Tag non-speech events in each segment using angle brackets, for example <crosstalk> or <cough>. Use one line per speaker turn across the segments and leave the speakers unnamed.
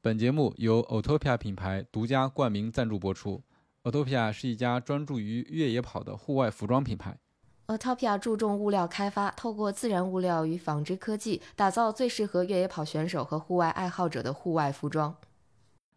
本节目由 Autopia 品牌独家冠名赞助播出。Autopia 是一家专注于越野跑的户外服装品牌。
Autopia 呃注重物料开发，透过自然物料与纺织科技，打造最适合越野跑选手和户外爱好者的户外服装。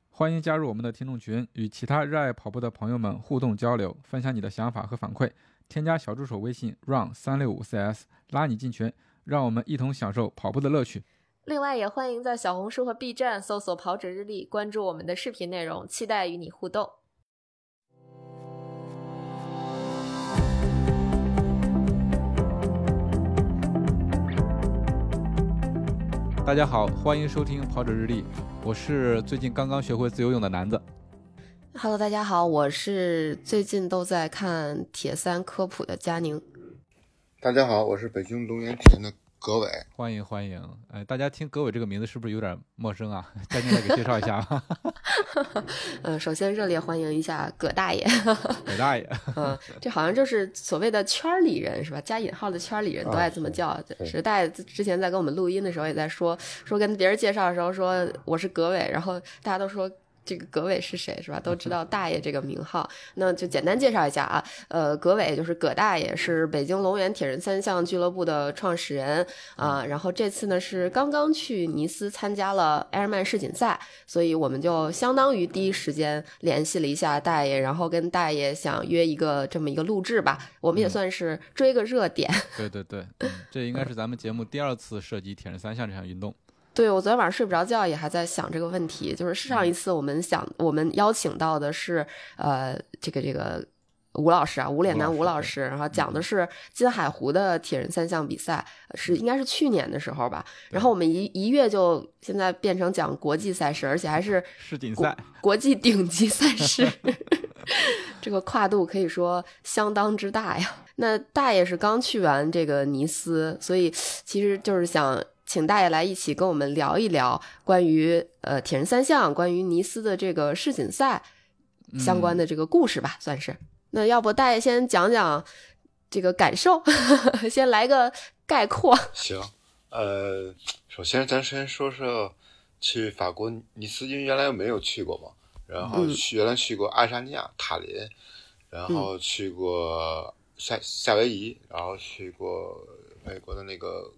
欢迎加入我们的听众群，与其他热爱跑步的朋友们互动交流，分享你的想法和反馈。添加小助手微信 run 三六五 cs，拉你进群，让我们一同享受跑步的乐趣。
另外，也欢迎在小红书和 B 站搜索“跑者日历”，关注我们的视频内容，期待与你互动。
大家好，欢迎收听跑者日历，我是最近刚刚学会自由泳的男子。
Hello，大家好，我是最近都在看铁三科普的佳宁。 <laughs>
大家好，我是北京龙岩田的葛伟。
欢迎欢迎，哎，大家听葛伟这个名字是不是有点陌生啊？ <laughs> 佳宁来给介绍一下啊吧，
嗯，首先热烈欢迎一下葛大爷。 <laughs>
葛大爷。
嗯，这好像就是所谓的圈儿里人是吧？加引号的圈儿里人都爱这么叫。时代之前在跟我们录音的时候也在说，说跟别人介绍的时候说我是葛伟，然后大家都说。这个葛伟是谁是吧？都知道大爷这个名号，那就简单介绍一下啊。呃，葛伟就是葛大爷，是北京龙源铁人三项俱乐部的创始人啊、然后这次呢是刚刚去尼斯参加了埃尔曼世锦赛，所以我们就相当于第一时间联系了一下大爷，然后跟大爷想约一个这么一个录制吧，我们也算是追个热点。
<laughs> 对对对，嗯这应该是咱们节目第二次涉及铁人三项这项运动。
对我昨天晚上睡不着觉，也还在想这个问题。就是上
嗯
一次我们想，我们邀请到的是呃，这个这个吴老师啊，吴脸男
吴
吴
老
老
师嗯
师，然后讲的是金海湖的铁人三项比赛，是应该是去年的时候吧。然后我们一一跃就现在变成讲国际赛事，而且还是
世锦
国
赛，
国际顶级赛
<laughs>
事，这个跨度可以说相当之大呀。那大爷是刚去完这个尼斯，所以其实就是想请大爷来一起跟我们聊一聊关于呃铁人三项、关于尼斯的这个世锦赛相关的这个故事吧，算是。那要不大爷先讲讲这个感受， <laughs> 先来个概括。
行，呃，首先咱先说说去法国尼斯，因为原来没有去过嘛，然后
嗯
去、原来去过爱沙尼亚、塔林，然后去过夏夏威夷，然后去过美国的那个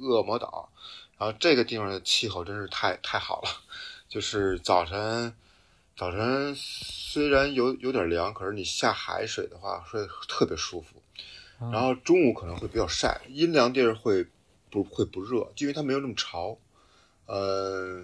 恶魔岛，然后这个地方的气候真是太太好了，就是早晨。早晨虽然有有点凉，可是你下海水的话会特别舒服。然后中午可能会比较晒，阴凉地儿会不会不热，因为它没有那么潮。呃，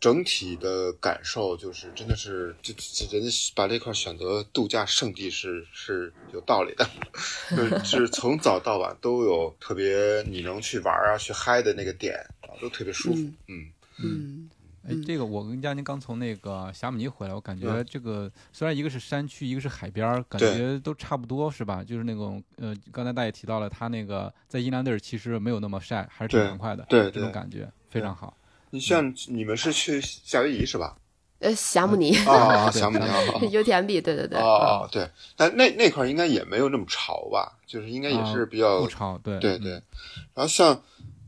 整体的感受就是真的是这这这人家把这块选择度假胜地是是有道理的， <laughs> 就是是从早到晚都有特别你能去玩啊、去嗨的那个点啊，都特别舒服。嗯，
嗯
哎，这个我跟佳宁刚从那个霞姆尼回来，我感觉
嗯
这个虽然一个是山区，一个是海边儿，感
对
觉都差不多是吧？就是那种呃，刚才大爷提到了，他那个在阴凉地儿其实没有那么晒，还是挺
对
凉快的，
对
这种
对
感觉非常好。
你像你们是去夏威夷是吧？
呃，霞姆 <laughs> 尼、
啊，
对
想不起
<laughs>
来了。
UTMB，对对对，
哦哦，对，但那那块儿应该也没有那么潮吧，就是应该也是比较、
不潮，嗯对
呃对对，。然后像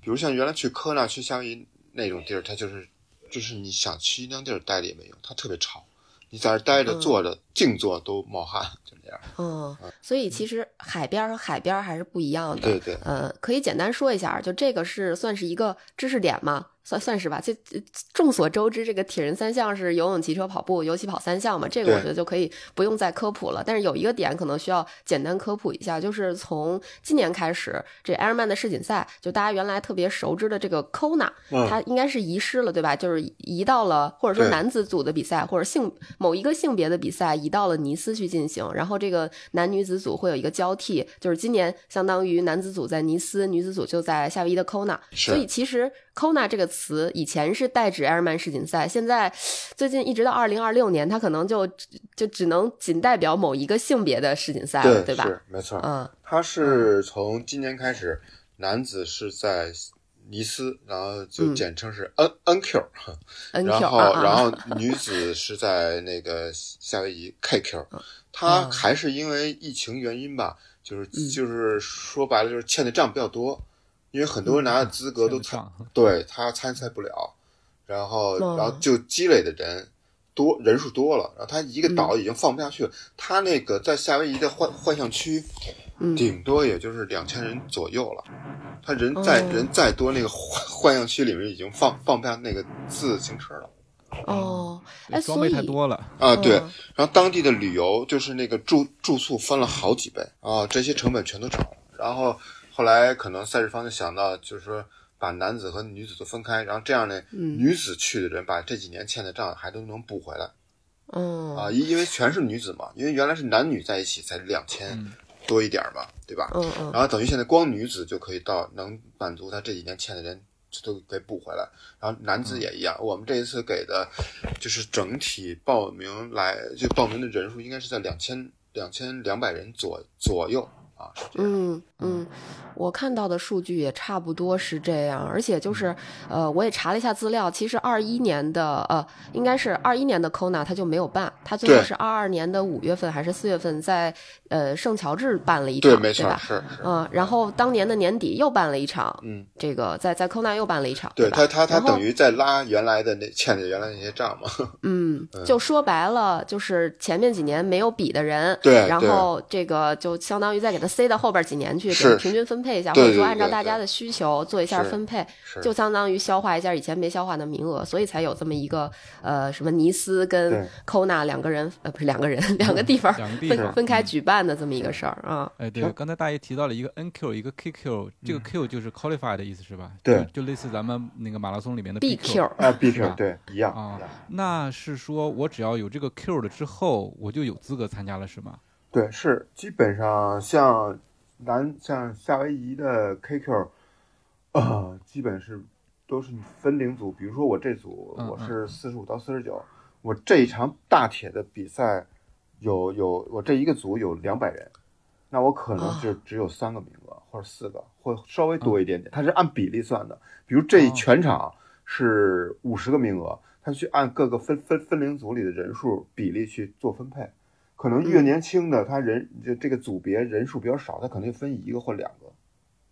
比如像原来去科纳、去夏威夷那种地儿，它就是就是你想去那地儿待着也没用，它特别潮，你在那儿待着、
嗯
坐着、静坐都冒汗，就那样。
嗯，所以其实海边儿和海边儿还是不一样的。
对对
呃，可以简单说一下儿，就这个是算是一个知识点嘛，算算是吧。这这众所周知，这个铁人三项是游泳、骑车、跑步，尤其跑三项嘛，这个我
对
觉得就可以不用再科普了。但是有一个点可能需要简单科普一下，就是从今年开始，这埃尔曼的世锦赛，就大家原来特别熟知的这个 Kona，、
嗯
它应该是遗失了，对吧？就是移到了，或者说
对
男子组的比赛，或者性某一个性别的比赛移到了尼斯去进行，然后这个男女子组会有一个交替，就是今年相当于男子组在尼斯，女子组就在夏威夷的 Kona。
是
所以其实 Kona 这个词以前是代指埃尔曼世锦赛，现在最近一直到二零二六年，它可能就就只能仅代表某一个性别的世锦赛了，对吧？
是没错。
嗯，
它是从今年开始，男子是在尼斯，然后就
嗯
简称是 N、NQ。
n q
然后，
啊，
然后女子是在那个夏威夷 KQ，她
嗯
还是因为疫情原因吧，就是
嗯
就是说白了就是
嗯
欠的账比较多，因为很多人拿的资格
<laughs>
都
欠的
参
账，
对她参赛不了，然后
哦
然后就积累的人多人数多了，然后他
嗯
一个岛已经放不下去了，他那个在夏威夷的幻幻象区，
嗯
顶多也就是两千人左右了，他人再、
哦
人再多，那个幻幻象区里面已经放放不下那个自行车了。
哦，哎，
装
所
备
以
太多了，
啊，对，
嗯
然后当地的旅游就是那个住住宿翻了好几倍啊，这些成本全都涨了。然后后来可能赛事方就想到，就是说把男子和女子都分开，然后这样呢，
嗯
女子去的人把这几年欠的账还都能补回来
嗯
啊，因因为全是女子嘛，因为原来是男女在一起才两千多一点儿嘛，对吧？
嗯嗯
然后等于现在光女子就可以到能满足他这几年欠的人，就都给补回来。然后男
嗯
子也一样，我们这一次给的，就是整体报名来就报名的人数应该是在两千两千两百人左左右啊，是这样。
嗯嗯，我看到的数据也差不多是这样，而且
嗯
就是呃，我也查了一下资料，其实二一年的呃，应该是二一年的 Kona 它就没有办，它最后
对
是二二年的五月份还是四月份在呃圣乔治办了一场，
对，
对
没错，
吧？
是是，
嗯，然后当年的年底又办了一场，
嗯，
这个在在 Kona 又办了一场，
对
吧？
他他他
然后
等于在拉原来的那欠的原来那些账嘛，
嗯，就说白了，就是前面几年没有比的人，
对
然
对
后这个就相当于再给他塞到后边几年去，给
是
他平均分配一下，
对
或者说
对
按照
对
大
对
家的需求做一下
是
分配，
是
就相当于消化一下以前没消化的名额，所以才有这么一个呃什么尼斯跟
对
Kona 两个人呃不是两个人 <laughs> 两个地方
两个地
分
方嗯
分开举办的这么一个事儿啊，
哎，
嗯
对，刚才大爷提到了一个 NQ，一个 KQ，这个 Q 就是 qualify 的意思是吧？
对
就，就类似咱们那个马拉松里面的
BQ
啊，B Q
啊
对一样
嗯
啊，那是说我只要有这个 Q 了之后，我就有资格参加了，是吗？
对，是基本上像南像夏威夷的 KQ，呃，基本是都是分龄组。比如说我这组
嗯
我是四十五到四十九，我这一场大铁的比赛有有我这一个组有两百人，那我可能
啊
就只有三个名额、或者四个，或稍微多一点点。它是按比例算的，比如这
嗯哦
全场是五十个名额，它去按各个分分分龄组里的人数比例去做分配。可能越
嗯
年轻的，他人这这个组别人数比较少，他可能就分一个或两个。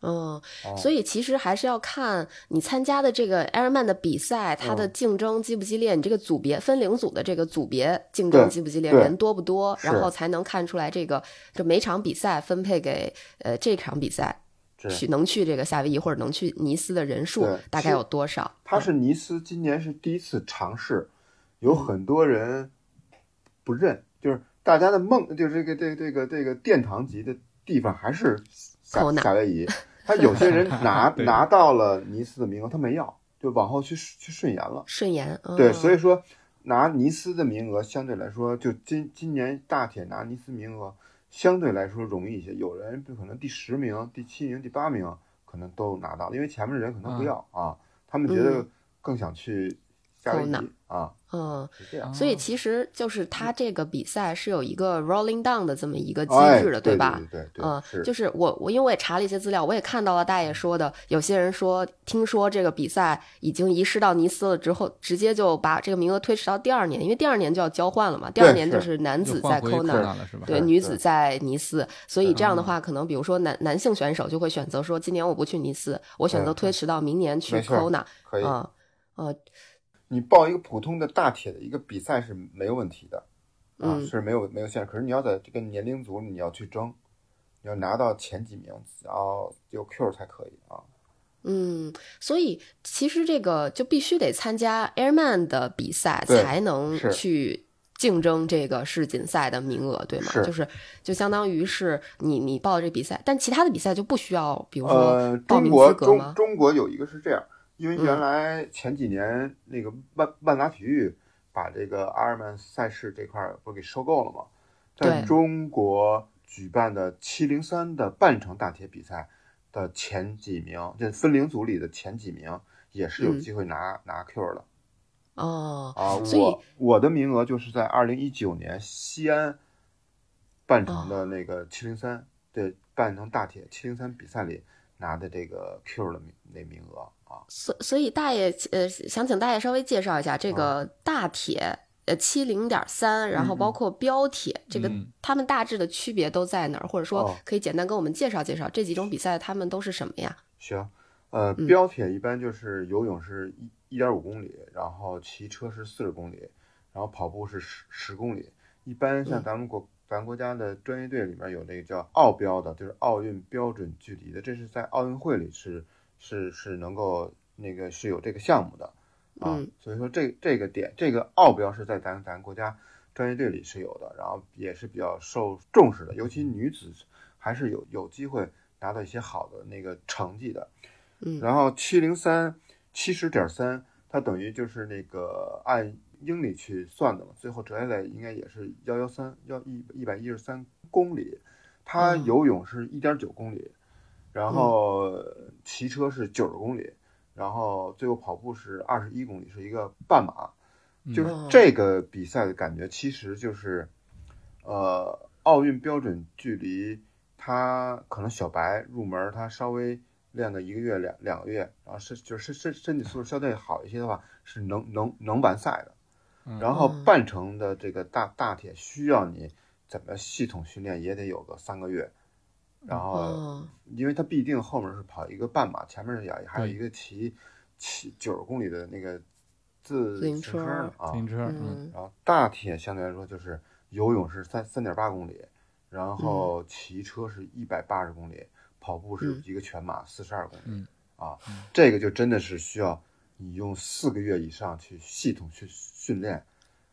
嗯，
哦
所以其实还是要看你参加的这个 Ironman 的比赛，它的
嗯
竞争激不激烈，你这个组别分龄组的这个组别竞
对
争激不激烈，
对
人多不多，然
是
后才能看出来这个这每场比赛分配给呃这场比赛
这
去能去这个夏威夷或者能去尼斯的人数
对
大概有多少？
他是尼斯今年是第一次尝试，有很多人不认，就是大家的梦，就是这个这个这个这个殿堂级的地方还是夏
口难
夏威夷。他有些人
<laughs>
拿
对
拿到了尼斯的名额，他没要，就往后去去顺延了。
顺延，嗯、
对，所以说拿尼斯的名额相对来说，就今今年大铁拿尼斯名额相对来说容易一些，有人可能第十名、第七名、第八名可能都拿到了，因为前面的人可
嗯
能不要、啊，他们觉得更想去夏威夷、
嗯
啊，
嗯。
是这样。
所以其实就是它这个比赛是有一个 rolling down 的这么一个机
哎，
制的，
对
吧？
对对对，
嗯，
是嗯
就是我我因为我也查了一些资料，我也看到了大爷说的，有些人说听说这个比赛已经移师到尼斯了之后，直接就把这个名额推迟到第二年，因为第二年就要交换了嘛，第二年就是男
就
子
换
在
回
Kona。
Kona 了是吧？
对，
是
女
是嗯
子在尼斯，所以这样的话，可能比如说男男性选手就会选择说，今年我不去尼斯，我选择
嗯
推迟到明年去
没错
Kona，
可以。
嗯，呃，
你报一个普通的大铁的一个比赛是没有问题的，啊，
嗯
是没有没有限制。可是你要在这个年龄组，你要去争，你要拿到前几名，然后有 Q 才可以啊。
嗯，所以其实这个就必须得参加 Airman 的比赛，
对
才能
是
去竞争这个世锦赛的名额，对吗？
是
就是就相当于是你你报这比赛，但其他的比赛就不需要，比如
呃
说，报
中
名
国
资格
中
吗？
中国有一个是这样，因为
嗯
原来前几年那个万万达体育把这个阿尔曼赛事这块儿不是给收购了吗？在
对
中国举办的七零三的半程大铁比赛的前几名，这分龄组里的前几名也是有
嗯
机会拿、拿 Q 的
哦，
啊。
所以
我我的名额就是在二零一九年西安半程的那个七零三的半程大铁七零三比赛里拿的这个 Q 的名那名额啊。
所所以大爷呃，想请大爷稍微介绍一下这个
嗯
大铁。呃，七零点三，然后包括标铁，这个
嗯
他们大致的区别都在哪儿？或者说
哦，
可以简单跟我们介绍介绍这几种比赛，他们都是什么呀？
行，呃，
嗯
标铁一般就是游泳是一一点五公里，然后骑车是四十公里，然后跑步是十十公里。一般
嗯
像咱们国、咱国家的专业队里面有那个叫奥标的，就是奥运标准距离的，这是在奥运会里是是是能够那个是有这个项目的啊。
嗯
所以说这这个点，这个奥标是在咱咱国家专业队里是有的，然后也是比较受重视的，尤其女子还是有有机会拿到一些好的那个成绩的。
嗯
然后七零三七十点三，它等于就是那个按英里去算的嘛，最后折下来应该也是幺幺三幺一一百一十三公里。它
嗯
游泳是一点九公里，然后骑车是九十公里，然后最后跑步是二十一公里，是一个半马。就是
嗯
这个比赛的感觉，其实就是，呃，奥运标准距离，它可能小白入门，他稍微练个一个月、两两个月，然后身就是身身身体素质相对好一些的话，是能能能完赛的。
嗯
然后
嗯
半程的这个大大铁需要你怎么系统训练，也得有个三个月。然后，
哦，
因为它必定后面是跑一个半马，前面也还有
对
一个骑骑九十公里的那个自
自行
车
车
呢啊
自，行车，嗯
嗯
然后大铁相对来说就是游泳是三三点八公里，然后骑车是一百八十公里，跑步是
嗯
一个全马四十二公里。
嗯
啊
嗯，
这个就真的是需要你用四个月以上去系统去训练，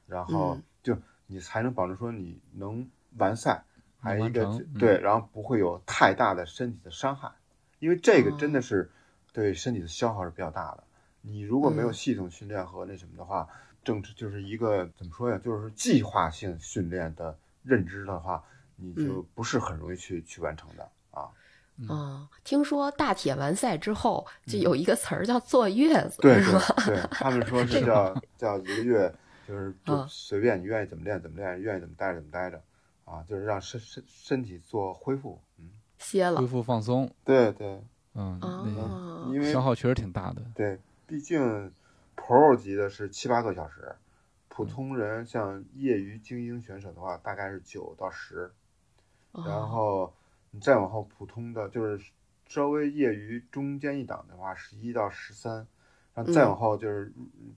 然后
嗯
就你才能保证说你能完赛，还有一个
能完
就
成嗯
对，然后不会有太大的身体的伤害，因为这个
哦
真的是对身体的消耗是比较大的。你如果没有
嗯
系统训练和那什么的话，正就是一个怎么说呀，就是计划性训练的认知的话，你就不是很容易去去完成的啊。
嗯
哦，听说大铁完赛之后就有一个词儿叫坐月子，
对
是
对
吗？
对，他们说是叫叫一个月，就是就
嗯
随便你愿意怎么练怎么练，愿意怎么待着怎么待着，啊，就是让身身身体做恢复。嗯，
歇了
恢复放松，
对对，
嗯，那
哦，
因为
消耗确实挺大的，
对，毕竟 Pro 级的是七八个小时，普通人像业余精英选手的话，大概是九到十，
啊
然后你再往后普通的就是稍微业余中间一档的话，十一到十三，然后再往后就是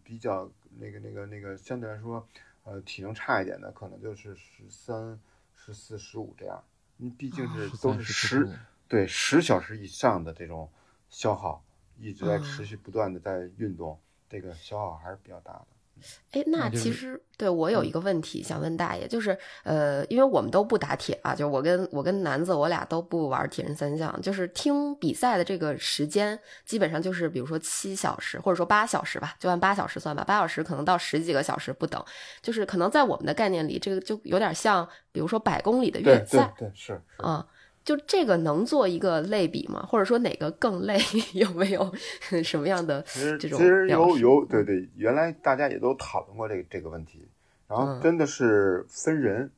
比较那个那个那个相对来说，呃，体能差一点的可能就是十三、十四、十五这样，你毕竟是都
13 14
是啊十
度
对十小时以上的这种消耗，一直在
嗯
持续不断的在运动，这个消耗还是比较大的。
哎，那
那就
其
是嗯
实对我有一个问题想问大爷，就是呃，因为我们都不打铁啊，就我跟我跟南子，我俩都不玩铁人三项，就是听比赛的这个时间，基本上就是比如说七小时，或者说八小时吧，就按八小时算吧，八小时可能到十几个小时不等，就是可能在我们的概念里，这个就有点像，比如说百公里的
对
越
对
赛
对，是是。
啊。就这个能做一个类比吗？或者说哪个更累？ <laughs> 有没有什么样的
其实
这
其
种
实
表
有
示嗯
有对对，原来大家也都讨论过这个这个问题，然后
嗯
真的是分人，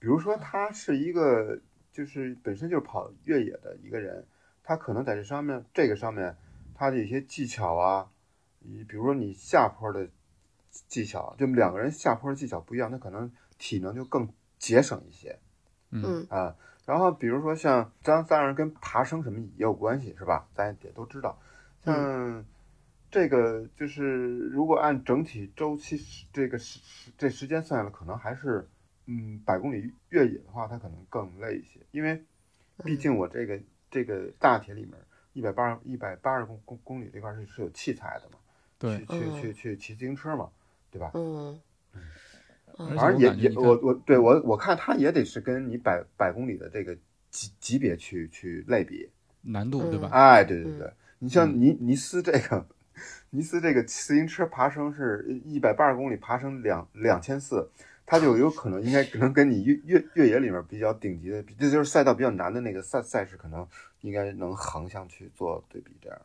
比如说他是一个就是本身就是跑越野的一个人，他可能在这上面这个上面他的一些技巧啊，你比如说你下坡的技巧，就两个人下坡技巧不一样，他可能体能就更节省一些，
嗯
嗯
啊。然后比如说像当当然跟爬升什么也有关系，是吧？咱也都知道。像这个就是如果按整体周期时这个时时这时间算下来，可能还是嗯百公里越野的话，它可能更累一些，因为毕竟我这个这个大铁里面一百八一百八十公公公里这块是是有器材的嘛，
对
去，去
嗯
去去骑自行车嘛，对吧？
嗯嗯
而
反正
且我感觉
也也
你看
我我对我我看他也得是跟你百百公里的这个级级别去去类比。
难度对吧？
哎，对对
嗯
对，你像尼尼斯这个，尼斯这个自行车爬升是一百八十公里，爬升两两千四，它就有可能应该可能跟你越越越野里面比较顶级的，这就是赛道比较难的那个赛赛事，可能应该能横向去做对比这样。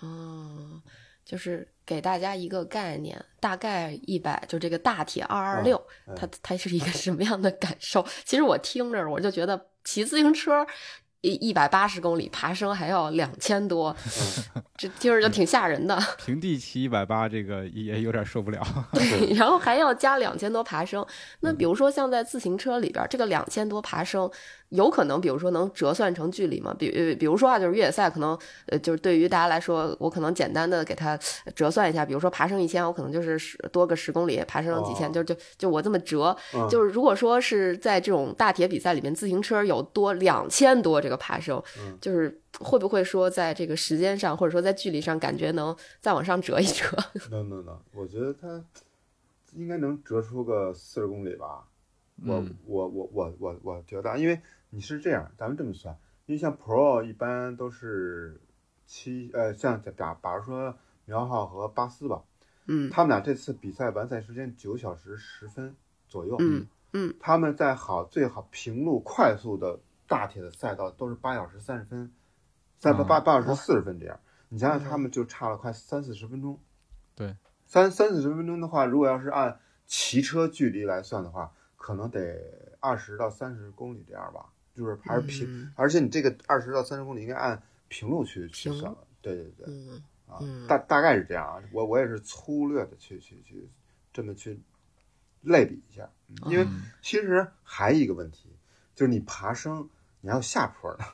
哦，就是给大家一个概念，大概一百，就这个大铁二二六，
嗯
<laughs> 它它是一个什么样的感受？其实我听着我就觉得骑自行车一一百八十公里，爬升还要两千多，
嗯
这听着就挺吓人的。
平地骑一百八，这个也有点受不
<laughs>
了。
对， <laughs> 然后还要加两千多爬升。
嗯
那比如说像在自行车里边，这个两千多爬升，有可能比如说能折算成距离吗？比呃比如说啊，就是越野赛可能呃就是对于大家来说，我可能简单的给它折算一下，比如说爬升一千，我可能就是十多个十公里，爬升几千，
哦
就就就我这么折。
嗯
就是如果说是在这种大铁比赛里面，自行车有多两千多这个爬升
嗯，
就是会不会说在这个时间上，或者说在距离上，感觉能再往上折一折？
no no no，我觉得它应该能折出个四十公里吧。我、
嗯
我我我我我觉得，因为你是这样，咱们这么算，因为像 Pro 一般都是七呃，像假假比如说苗浩和巴斯吧，
嗯
他们俩这次比赛完赛时间九小时十分左右，
嗯嗯，
他们在好最好平路快速的大铁的赛道都是八小时三十分，三八
啊
八八小时四十分这样，你想想他们就差了快三四十分钟，
对，
三三四十分钟的话，如果要是按骑车距离来算的话，可能得二十到三十公里这样吧，就是还是平，
嗯
而且你这个二十到三十公里应该按平路去去
平路
算，对对对，
嗯
啊，
嗯
大大概是这样啊。我我也是粗略的去去去这么去类比一下，嗯因为
嗯
其实还有一个问题，就是你爬升你还有下坡
<laughs>
呢，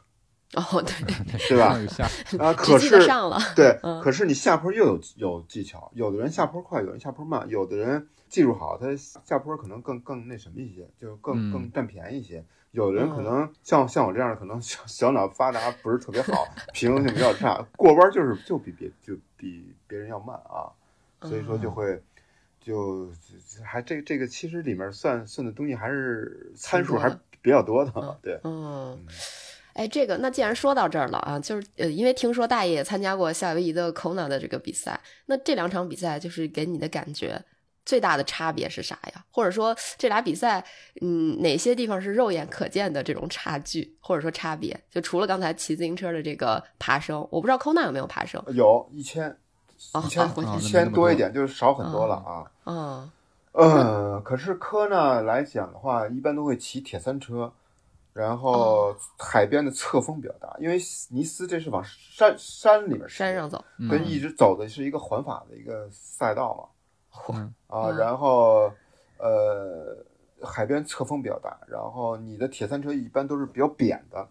哦，对，
对吧
上？有下，
啊，
只
可
记得
是
上了，
对，
嗯
可是你下坡又有有技巧，有的人下坡快，有人下坡慢，有的人技术好，他下坡可能更更那什么一些，就更
嗯
更占便宜一些。有的人可
嗯
能像像我这样的，可能小小脑发达不是特别好， <laughs> 平衡性比较差，过弯就是就比别就比别人要慢啊，所以说
嗯
就会就还这这个其实里面算算的东西还是参数
多
还
的
是比较多的，
嗯
对，
嗯。哎，这个那既然说到这儿了啊，就是呃，因为听说大爷也参加过夏威夷的 Kona 的这个比赛，那这两场比赛就是给你的感觉最大的差别是啥呀？或者说这俩比赛，嗯，哪些地方是肉眼可见的这种差距，或者说差别？就除了刚才骑自行车的这个爬升，我不知道 Kona 有没有爬升
有一千
哦
一千
哦回
头
一
那
千
么
多一
多
点，就是少很多了
嗯
啊。
啊？
呃，可是科呢来讲的话，一般都会骑铁三车，然
哦
后海边的侧风比较大，因为尼斯这是往山山里面骑
山上走，
嗯
跟一直走的是一个环法的一个赛道
<laughs>
嘛，
嗯
啊，
嗯
然后呃，海边侧风比较大，然后你的铁三车一般都是比较扁的，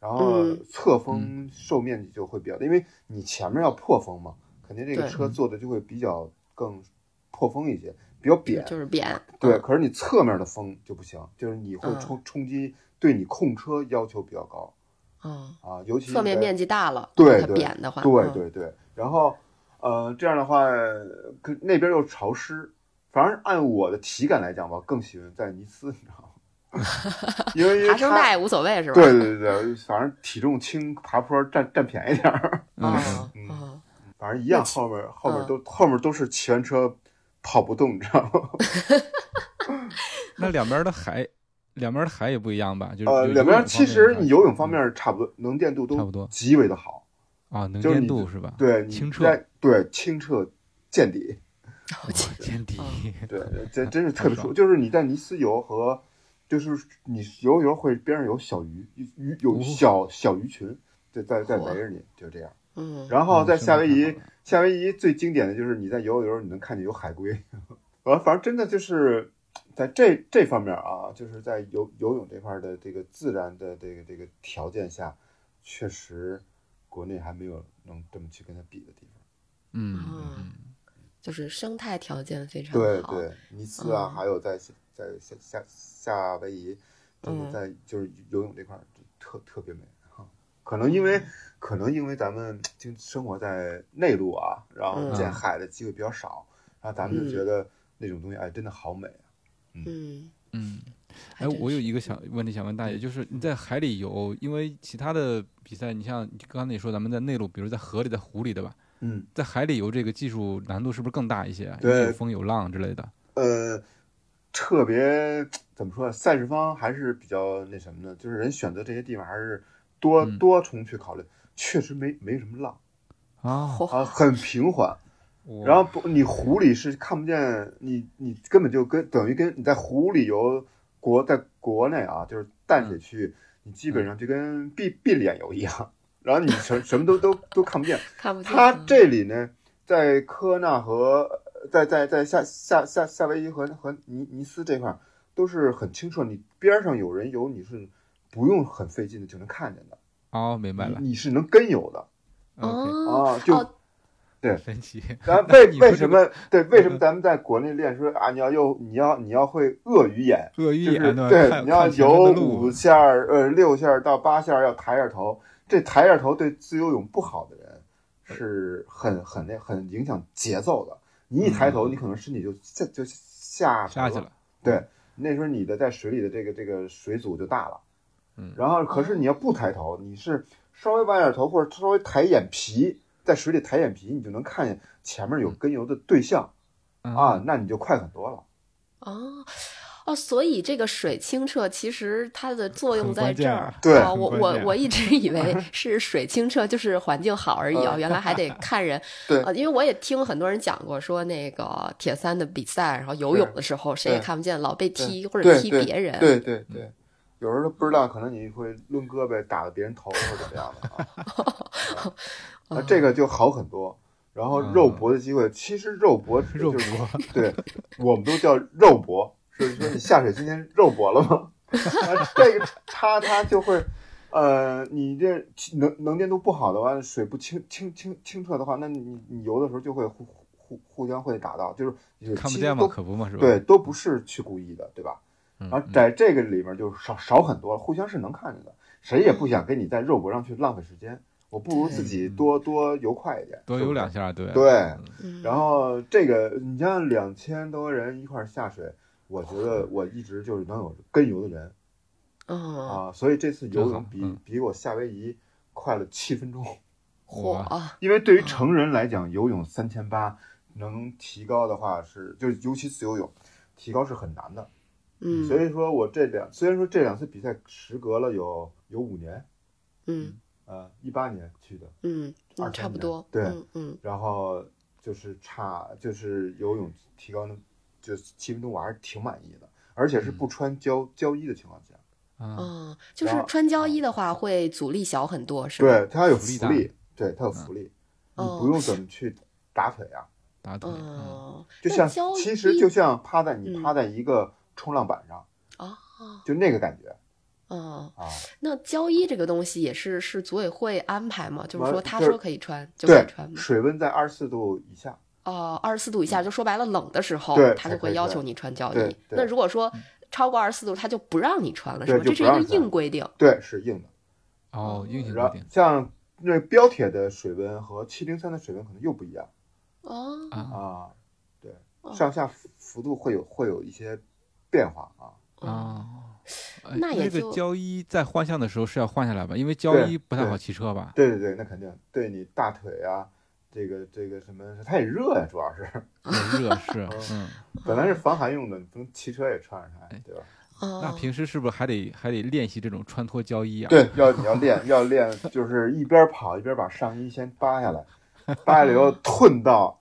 然后
嗯
侧风受面积就会比较大，因为你前面要破风嘛，肯定这个
对
车做的就会比较更破风一些，比较扁，
就是扁，
对，
嗯
可是你侧面的风就不行，就是你会冲冲击，对你控车要求比较高
嗯，
啊，尤其
侧面
在
面积大了，
对
它
对
扁的话，
对
嗯
对对，然后呃这样的话，可那边又潮湿，反正按我的体感来讲吧，更喜欢在尼斯，你知道吗？
<laughs>
因为因为
爬升
它
带也无所谓是吧？
对对对对，反正体重轻，爬坡占占便宜点儿，
啊
嗯
啊，
反正一样，
那其嗯
后面后面都后面都是骑完车跑不动，你知道吗？
那两边的海，两边的海也不一样吧？就是
呃，
有游
两边
泳
其
方面
实
的
你
差
游
距
泳方面差不多，能见度都
差不多
极为的好。
啊，能
就是
见
你
度
这
是吧？
对，你
清澈
在对清澈见底，
哦，见底，
对，真真是特别
很
舒服。
爽
就是你在尼斯游和，就是你游游会边上有小鱼鱼有
哦啊
小小鱼群，在在在
嚯
围着你，就这样。
嗯，
<laughs> 然后
嗯
在
生
夏
活太
威
好
夷
了，
夏威夷最经典的就是你在游的时候，你能看见有海龟。 <laughs> 完，反正真的就是在这这方面啊，就是在游游泳这块的这个自然的这个这个条件下，确实国内还没有能这么去跟它比的地方。
嗯
哦
嗯
就是生态条件非常
对
好。
对，尼斯啊，
嗯
还有在夏在夏夏夏威夷，都是
嗯
在就是游泳这块儿就特特别美哈。可能因为
嗯
可能因为咱们经生活在内陆啊，然后
嗯
见海的机会比较少，然后咱们就
嗯
觉得那种东西哎真的好美啊。
嗯，
嗯。
还
哎，
真
我有
是 <laughs>
一个想问题想问大爷，就是你在海里游，因为其他的比赛，你像刚才你说咱们在内陆，比如在河里、在湖里，对吧？
嗯，
在海里游这个技术难度是不是更大一些啊？
对
因为有风有浪之类的。
呃，特别怎么说，啊赛事方还是比较那什么呢？就是人选择这些地方还是多
嗯
多重去考虑，确实没没什么浪
啊，
嚯
啊，很平缓。
我
然后不，你湖里是看不见，你你
嗯
根本就跟等于跟你在湖里游，国在国内啊，就是淡水区域，你基本上就跟闭闭眼游一样，然后你什什么都都都看
<laughs>
不见。
看不见。嗯
它这里呢，在科纳和在在在夏夏夏夏威夷和和尼尼斯这块儿都是很清澈，你边上有人游，你是不用很费劲的就能看见的，
哦，明白了
你你是能跟游的
<laughs> ，OK，
哦
啊，就
哦
神奇，
<laughs> 咱为
你说这嗯
为什么对？为什么咱们在国内练说啊？你要又你要你要会鳄鱼眼，
鳄鱼
就是
眼
对，你要
游
游五下儿呃六下儿到八下儿要抬下头，这抬下头对自由泳不好的人是很很那很影响节奏的。你一抬头，你可能身体就下就下
嗯下去
沉
了，
对，那时候你的在水里的这个这个水阻就大了。
嗯
然后可是你要不抬头，你是稍微弯点头或者稍微抬眼皮，在水里抬眼皮，你就能看见前面有跟游的对象、
嗯
啊，，那你就快很多了。
哦哦，所以这个水清澈，其实它的作用
很
在
关
这
键
儿
啊。
对。
啊
很
我
关
我
键
我一直以为是水清澈就是环境好而已哦，原来还得看人
嗯 <laughs> 对
啊，因为我也听很多人讲过，说那个铁三的比赛，然后游
对
泳的时候谁也
对
看不见，老被踢或
对
者踢
对
别人。
对
嗯
对对，有时候都不知道，可能你会抡胳膊打到别人头或者怎么样的啊。那这个就好很多。然后肉搏的机会，其实肉
<laughs>
搏
嗯
只
肉
就是
搏，
对，我们都叫肉搏，就是说你下水今天肉搏了吗？啊，这个它它就会，呃，你这能能见度不好的话，水不清清清清澈的话，那你你游的时候就会互互互相会打到，就是有
看不
其实
见嘛，
都
可不嘛，是吧？
对，，都不是去故意的，对吧？
嗯
然后在这个里面就少少很多了，互相是能看见的，谁也不想跟你在肉搏上去浪费时间，我不如自己多多游快一点，
嗯多
是不
游
是
两下，对，
对，
嗯
然后这个你像两千多人一块儿下水，我觉得我一直就是能有跟游的人
嗯，
啊，所以这次游
真
泳
好
比
嗯
比我夏威夷快了七分钟， <laughs>
嚯
哇，
啊
因为对于成人来讲，游泳三千八能提高的话是，就是尤其自由泳，提高是很难的。
嗯
所以说我这两虽然说这两次比赛时隔了有有五年，
嗯
呃，一八年去的，
嗯
二
嗯，
三
差不
年
多。
对
嗯嗯
然后就是差就是游泳提高呢，就是七分钟我还是挺满意的，而且是不穿胶胶衣的情况下，
啊，
嗯，就
然
是
后啊
穿胶衣的话，会阻力小很多，是吧？
对它有
浮力
浮
大
力，对它有浮力，你
哦
不用怎么去打腿啊，
打腿，嗯
哦，
就
那
像
胶
其实
衣
就像趴在你
嗯
趴在一个冲浪板上，
啊
就那个感觉
嗯，
啊，
那胶衣这个东西也是是组委会安排吗？就是
完
说他
就是
说可以穿就可以
对
穿，吗？
水温在二十四度以下，
哦，二十四度以下，就说白了冷的时候
嗯对，
他
才
就
可
会
以
要
穿
求你穿胶
对
衣。
对嗯
那如果说超过二十四度，他就不让你穿了，是
对
吧？
就
这是
不
一个
让穿
硬规定。
对，是硬的。
哦，运行
然
规
后
定
像那标铁的水温和七零三的水温可能又不一样
哦，
啊
啊，对，
哦
上下幅幅度会有会有一些变化啊。
哦，
啊，哎
那也
这
就
个胶衣在换向的时候是要换下来吧，因为胶
对
衣不太
对
好骑车吧？
对对对，那肯定对你大腿啊，这个这个什么，它也热呀、主要是
很热
<laughs>
是，嗯，
本来是防寒用的，你不能骑车也穿上它，对吧？
那
哦，
平时是不是还得还得练习这种穿脱胶衣啊？
对，要你要练要练，就是一边跑一边把上衣先扒下来，扒下来以后吞到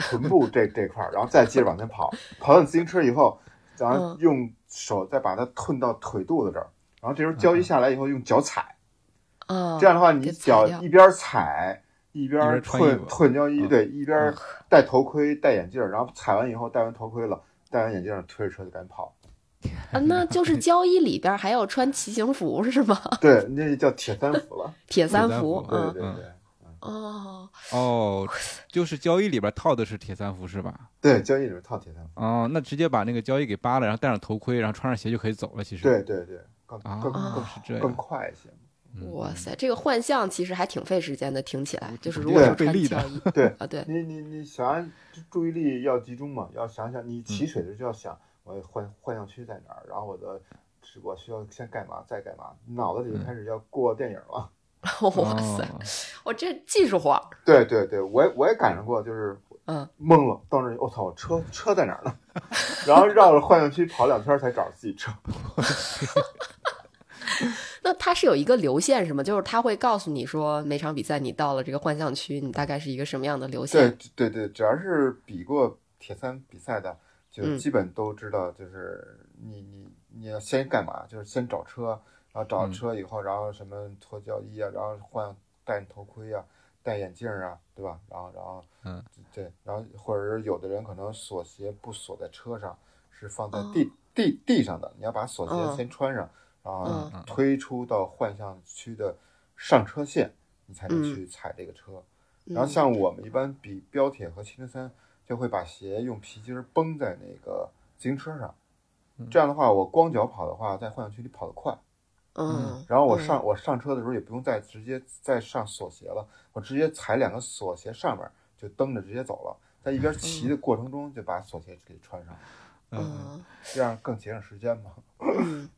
臀部这这块儿，然后再接着往前跑，跑到自行车以后，然
嗯
后用手再把它吞到腿肚子这儿，然后这时候
嗯
胶衣下来以后用脚踩，
哦
这样的话你
给踩
脚
掉
一边踩。一
一
边
边穿衣
吞
服
吞胶衣，
嗯
对，一边
嗯
戴头盔、戴眼镜儿，然后踩完以后戴完头盔了，戴完眼镜儿推着车就赶紧跑。
啊那就是胶衣里边儿还要穿骑行服是吗？
对，那叫铁三服了。
铁三
三
服
服，
对
嗯，
对对
哦，
哦，就是胶衣里边套的是铁三服是吧？
对，交易里面套铁三服。
哦，那直接把那个胶衣给扒了，然后戴上头盔，然后穿上鞋就可以走了。其实
对对对，更
啊
更更
是这
更
样，
快一些。
嗯
哇塞，这个幻象其实还挺费时间的，听起来就是如
对
果说
费
穿
力的
胶衣
对
啊，对， <laughs>
你你你想注意力要集中嘛，要想想你
嗯
起水的时候就要想我换换象区在哪儿，然后我的是我需要先干嘛再干嘛，脑子里
嗯
就开始要过电影了。 <laughs>
哇
哦
塞，我这技术活儿，
对对对，我也我也赶上过，就是
嗯
懵了，到那儿我操，我车车在哪儿呢？ <laughs> 然后绕着幻象区跑两圈才找着自己车。
那它是有一个流线是吗？就是它会告诉你说每场比赛你到了这个幻象区，你大概是一个什么样的流
对
线？
对对，只要是比过铁三比赛的，就
嗯
基本都知道，就是你你你要先干嘛，就是先找车，然后找
嗯
到车以后，然后什么脱胶衣啊，然后换戴头盔啊，戴眼镜啊，对吧？然后然后
嗯
对，然后或者是有的人可能锁鞋不锁在车上，是放在
哦
地、地地上的，你要把锁鞋
嗯
先穿上，
嗯
然后推出到换向区的上车线，你才能
嗯
去踩这个车。然后像我们一般比标铁和七零三，就会把鞋用皮筋儿绷在那个自行车上，这样的话我光脚跑的话，在换向区里跑得快。
嗯，
然后我上我上车的时候也不用再直接再上锁鞋了，我直接踩两个锁鞋上面就蹬着直接走了，在一边骑的过程中就把锁鞋给穿上，
嗯，
嗯
这样更节省时间嘛。
嗯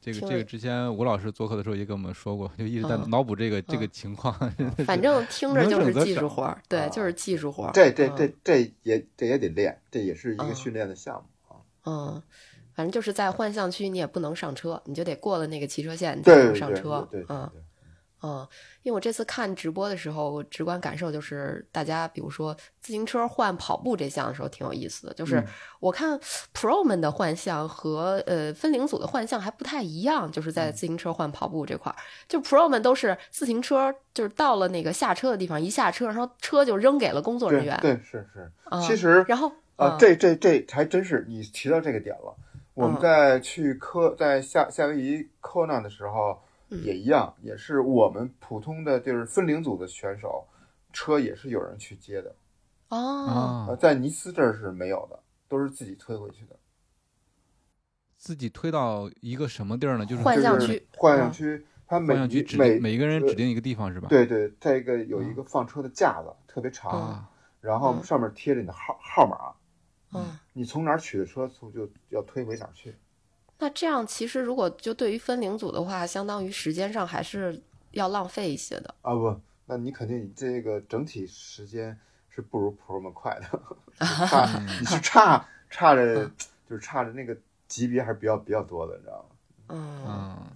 这个
挺
这
有
个之前吴老师做客的时候也跟我们说过，就一直在
嗯
脑补这个这个
嗯
情况。 <laughs> 啊
嗯，反正听着就是技术活儿，
啊
对，就是技术活儿。
<laughs> 这这
嗯
这这也这也得练，这也是一个
嗯
训练的项目啊。
嗯，反正就是在换向区，你也不能上车，你就得过了那个汽车线，你才
对
能
对
上
对
车。
对对
嗯
对，
嗯，因为我这次看直播的时候，我直观感受就是，大家比如说自行车换跑步这项的时候挺有意思的，就是
嗯
我看 Pro 们的换向和呃分龄组的换向还不太一样，就是
嗯
在自行车换跑步这块儿，就 Pro 们都是自行车就是到了那个下车的地方一下车，然后车就扔给了工作人员
对。对是是，
啊，
其实
然后
啊，这这这还真是你提到这个点了。我们
嗯
在去科在夏夏威夷科纳的时候
嗯
也一样，也是我们普通的就是分龄组的选手，车也是有人去接的。
哦，
啊
呃，，在尼斯这儿是没有的，都是自己推回去的。
自己推到一个什么地儿呢？就是
换
就是
向区嗯
换向区，它每
方向局指
每
定每一个人指定一个地方是吧？
对对，这个有一个放车的架子，特别长，
啊，
然后
嗯
上面贴着你的号号码，
嗯。
你从哪儿取的车速就要推回哪儿去。
那这样其实如果就对于分龄组的话，相当于时间上还是要浪费一些的。
啊不，那你肯定你这个整体时间是不如 Pro 们快的，差你是差差着就是差着那个级别还是比较比较多的，你知道吗？
嗯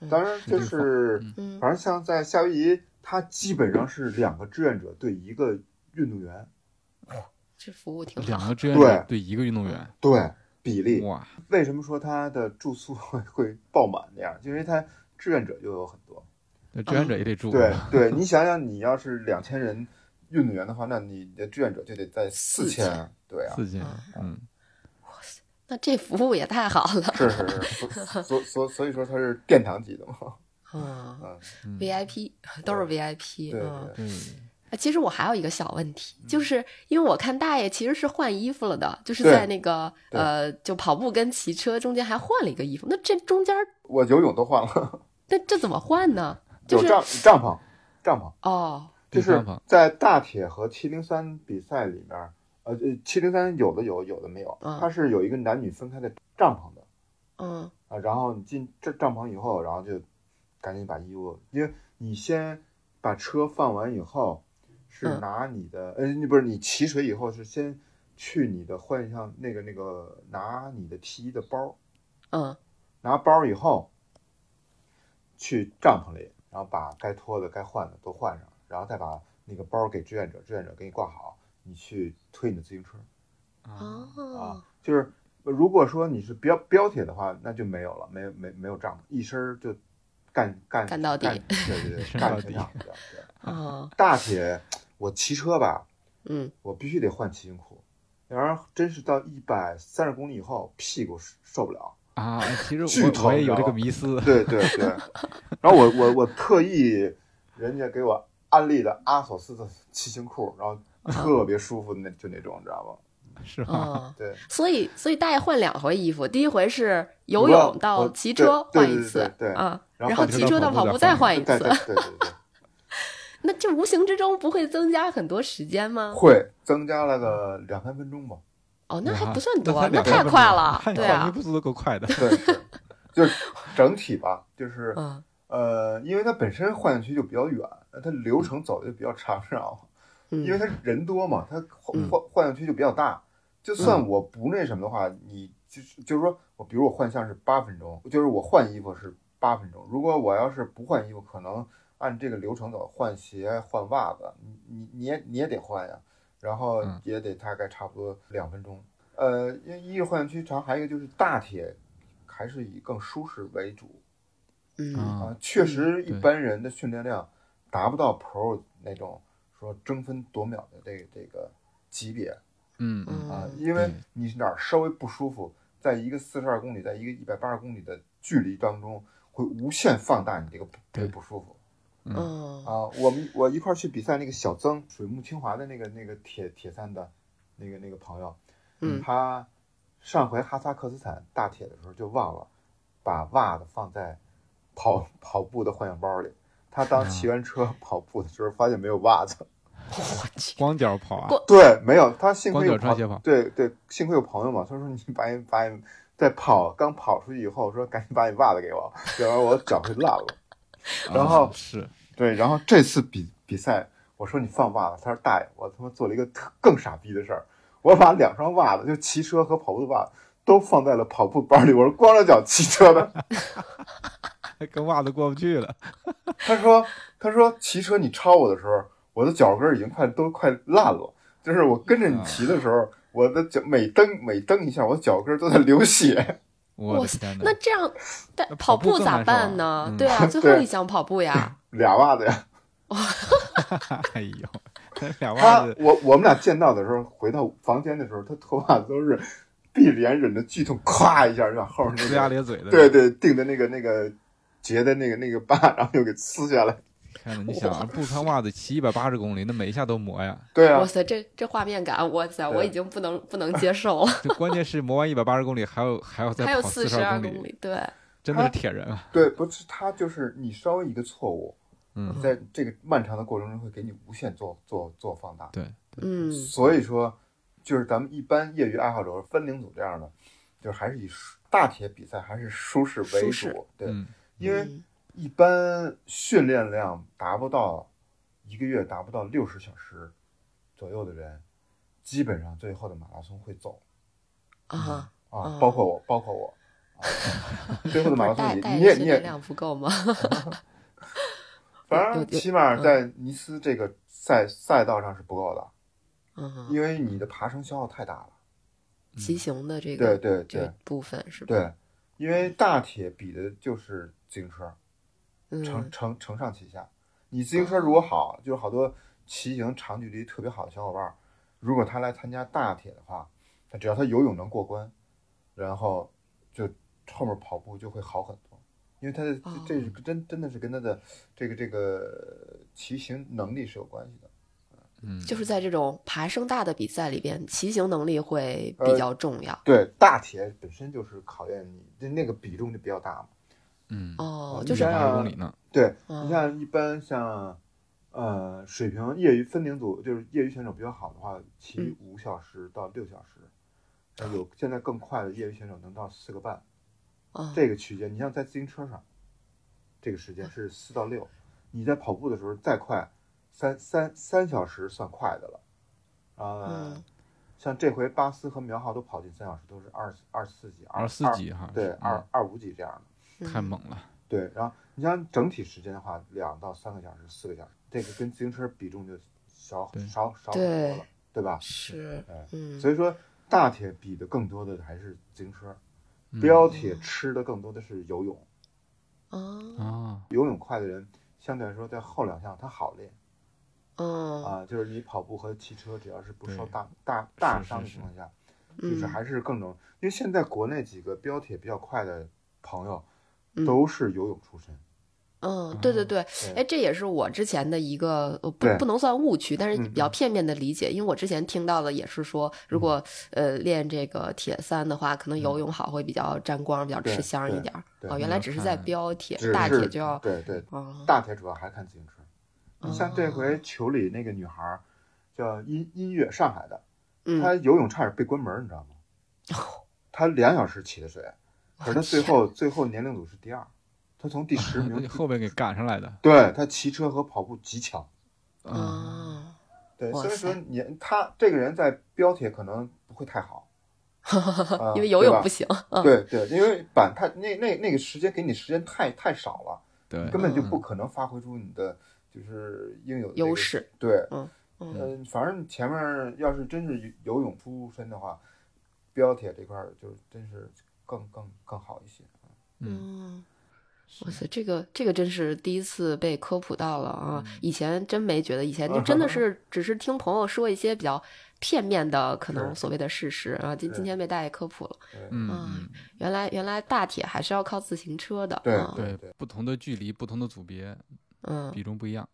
嗯，
当然就是，
嗯
反正像在夏威夷，它基本上是两个志愿者对一个运动员，
这服务挺
两
好。
个志愿者
对
对一个运动员，
对比例。
哇，
为什么说它的住宿会 <laughs> 会爆满那样？因为它志愿者又有很多。
那志愿者也得住。
嗯对对，你想想，你要是两千人运动员的话，那你的志愿者就得在四
4000
千。对啊，
四千，嗯，
那这服务也太好了。
<laughs> 是是是，
<laughs>
所所所所以说它是殿堂级的嘛，
嗯
嗯，
，VIP <laughs> 都是 VIP。
对
嗯，
对，
哎其实我还有一个小问题，就是因为我看大爷其实是换衣服了的，就是
对
在那个
对
呃，就跑步跟骑车中间还换了一个衣服。那这中间
我游泳都换了，
那这怎么换呢？就
有
是
帐帐篷，帐篷，
哦，
就
对
是
帐篷
在大铁和七零三比赛里面，呃呃，七零三有的有，有的没有，
嗯
它是有一个男女分开的帐篷的
嗯
啊，然后你进这帐篷以后，然后就赶紧把衣服，因为你先把车放完以后，是
嗯
拿你的，呃，你不是你骑水以后是先去你的换上那个那个拿你的 T 的包。
嗯
拿包以后，去帐篷里，然后把该脱的、该换的都换上，然后再把那个包给志愿者，志愿者给你挂好，你去推你的自行车
啊，
哦
啊。就是如果说你是标标铁的话，那就没有了，没有没没有帐篷，一身儿就干干
干到底
对对
一 <laughs>
对，
身
干
到
全
底
场。对对
哦
大铁，我骑车吧，
嗯
我必须得换骑行裤，然后真是到一百三十公里以后，屁股受不了。
啊，其实
巨
我
疼
我也有这
然后
个迷思，
<laughs> 对对对，然后我我我特意人家给我安利的阿索斯的骑行裤，然后特别舒服的那就那种，你知道吧？
是吧？
<laughs>
哦。
对，
所以，所以大爷换两回衣服，第一回是游
我
泳到骑车
对
换一次
对对对对
啊，
然
然
后
后
换
骑
车
车
到
到
跑
跑
步
步
再
再
换
换一
对对
次 <laughs>
对，对对对，
那这无形之中不会增加很多时间吗？
会增加了个两三分钟吧？
哦，那还
哇
不算多，
才
那
啊两
太
个
快
小时
了，
太
对
快了那
啊，
不足够快的。
对，是就是整体吧，就是
嗯
呃，因为它本身换区就比较远，它流程走的就比较长，知道吗？因
嗯
为他人多嘛，他换
嗯
换换向区就比较大。就算我不那什么的话，你就是就是说我比如我换向是八分钟，就是我换衣服是八分钟。如果我要是不换衣服，可能按这个流程走，换鞋换袜子，你你你也你也得换呀，然后
嗯
也得大概差不多两分钟。呃，因为一是换向区长，还有一个就是大铁还是以更舒适为主。
嗯
啊
啊，确实一
对
般人的训练量达不到 Pro 那种说争分夺秒的这个这个级别
嗯嗯
啊
嗯，
因为
对
你哪儿稍微不舒服，在一个四十二公里，在一个一百八十公里的距离当中，会无限放大你这个不这个
对
不舒服。
嗯
啊，我们我一块儿去比赛那个小曾，水木清华的那个那个铁铁三的，那个那个朋友，
嗯
他上回哈萨克斯坦大铁的时候就忘了把袜子放在跑跑步的换氧包里，他
啊
当骑完车跑步的时候发现没有袜子，
我去，
<laughs> 光脚跑啊
光，
对，没有，他幸亏
光
有
脚
朋
穿鞋跑，
对对，幸亏有朋友嘛，他说你把你把你在跑刚跑出去以后，说赶紧把你袜子给我，要不然我脚会烂了。然后
啊是
对，然后这次比比赛，我说你放袜子，他说大爷，我他妈做了一个特更傻逼的事儿，我把两双袜子，就骑车和跑步的袜子，都放在了跑步包里，我是光着脚骑车的。
跟袜子过不去了，
他说，他说骑车你超我的时候，我的脚跟儿已经快都快烂了，就是我跟着你骑的时
嗯
候，我的脚每蹬每蹬一下，我脚跟儿都在流血。
我
哇
的
塞
天，哪
那！这样，但
那跑
跑
步
步
更
咋
难受啊
办呢
嗯？
对
<laughs>
啊，最后
对
一项跑步呀，
俩袜子呀，
哎呦， <laughs> 那俩袜
他
子
我我们俩见到的时候，回到房间的时候，他脱袜子都是 <laughs> 闭着眼忍着剧痛，咵一下就把后面那
<laughs> 呲
个
牙咧嘴的，
对，对，定的那个那个结的那个那个疤，然后又给撕下来。
天哪！你想啊不穿袜子骑一百八十公里，那每一下都磨呀。
<laughs> 对
哇
啊，
塞，这这画面感，哇塞，
对啊
我已经不能不能接受了。
就关键是磨完一百八十公里，还有还 <laughs> 要再
还有
跑
四
四
十二
二
公
里，
里，对，
真的是铁人啊！
对，不是他就是你稍微一个错误，
嗯
你在这个漫长的过程中会给你无限做做做放大。
对，
嗯
所以说，就是咱们一般业余爱好者、分龄组这样的，就是还是以舒大铁比赛还是舒适为
舒适
主。对，
嗯
因为
嗯
一般训练量达不到一个月达不到六十小时左右的人，基本上最后的马拉松会走。
嗯
啊，
啊
啊，
包括我，包括我。啊最后的马拉松
带
你，
带
你也
训
你
练
也，
量不够吗？
反
有
正
有嗯
起码在尼斯这个赛赛道上是不够的，
嗯，
因为你的爬升消耗太大了。
骑行的这
对
个
对
这个
对
部分是吧？
对，因为大铁比的就是自行车，承
嗯
承承上启下。你自行车如果好，就是好多骑行长距离特别好的小伙伴儿，如果他来参加大铁的话，他只要他游泳能过关，然后就后面跑步就会好很多，因为他的
哦
这这是真真的是跟他的这个这个骑行能力是有关系的。
嗯，
就是在这种爬升大的比赛里边，骑行能力会比
呃
较重要。
对，大铁本身就是考验你那那个比重就比较大嘛。
嗯，
哦
呃，
就
一
是
百八十公里呢，
对，
嗯
你像一般像，呃，水平业余分龄组就是业余选手比较好的话，骑
嗯
五小时到六小时，呃有现在更快的业余选手能到四个半，
啊，
这个区间。你像在自行车上，这个时间是四到六，你在跑步的时候再快，三三三小时算快的了，呃，
嗯
像这回巴斯和苗浩都跑进三小时，都是二二四几、
二
二
十四，级哈，
对，
嗯
二二五几这样的。
嗯
太猛了，
对，然后你像整体时间的话，两到三个小时、四个小时，这个跟自行车比重就少
对
少少很多了，对吧？
是
哎，
嗯
所以说大铁比的更多的还是自行车，
嗯
标铁吃的更多的是游泳，
啊
啊，
游泳快的人相对来说在后两项他好练
嗯
啊，就是你跑步和骑车只要是不
对
受大大大伤的
是是
情况下，就是
嗯
还是更能，因为现在国内几个标铁比较快的朋友
嗯
都是游泳出身，
嗯，对对对，哎，这也是我之前的一个呃不
对
不能算误区，但是
嗯
比较片面的理解，因为我之前听到的也是说，如果呃练这个铁三的话，可能游泳好会比较沾光，比较吃
对
香一
对
点儿。
对
哦，
你
原来
要
只是在
看
标铁
只
大
是嗯
铁就要
对对
啊，
大铁主要还是看自行车。你像这
哦
回球里那个女孩儿，叫音音乐上海的，她
嗯，哦
游泳差点被关门儿，你知道吗？ <laughs> 她两小时起的水，可是她最后最后年龄组是第二，她从第十
那 <laughs>
名
你，后边给赶上来的，
对她骑车和跑步极强。
嗯
嗯
啊，
对，
哇
所以说
塞
你她这个人在标铁可能不会太
<laughs>
好，啊
因为游泳不
对吧
行，
对对，因为板太那那那个时间给你时间太太少了。
对，
根本就不
嗯
可能发挥出你的就是应有的
优
这个
势。
对，
嗯嗯
呃反正前面要是真是游泳出身的话，标铁这块儿就真是更更更好一些。
嗯
嗯，哇塞，这个这个真是第一次被科普到了啊！以前真没觉得，以前就真的
<laughs>
是只是听朋友说一些比较片面的可能所谓的事实啊，今今天被大爷科普了。
嗯
啊
嗯，
原来原来大铁还是要靠自行车的。
对
啊
对，不同的距离、不同的组别，
嗯，
比重不一样。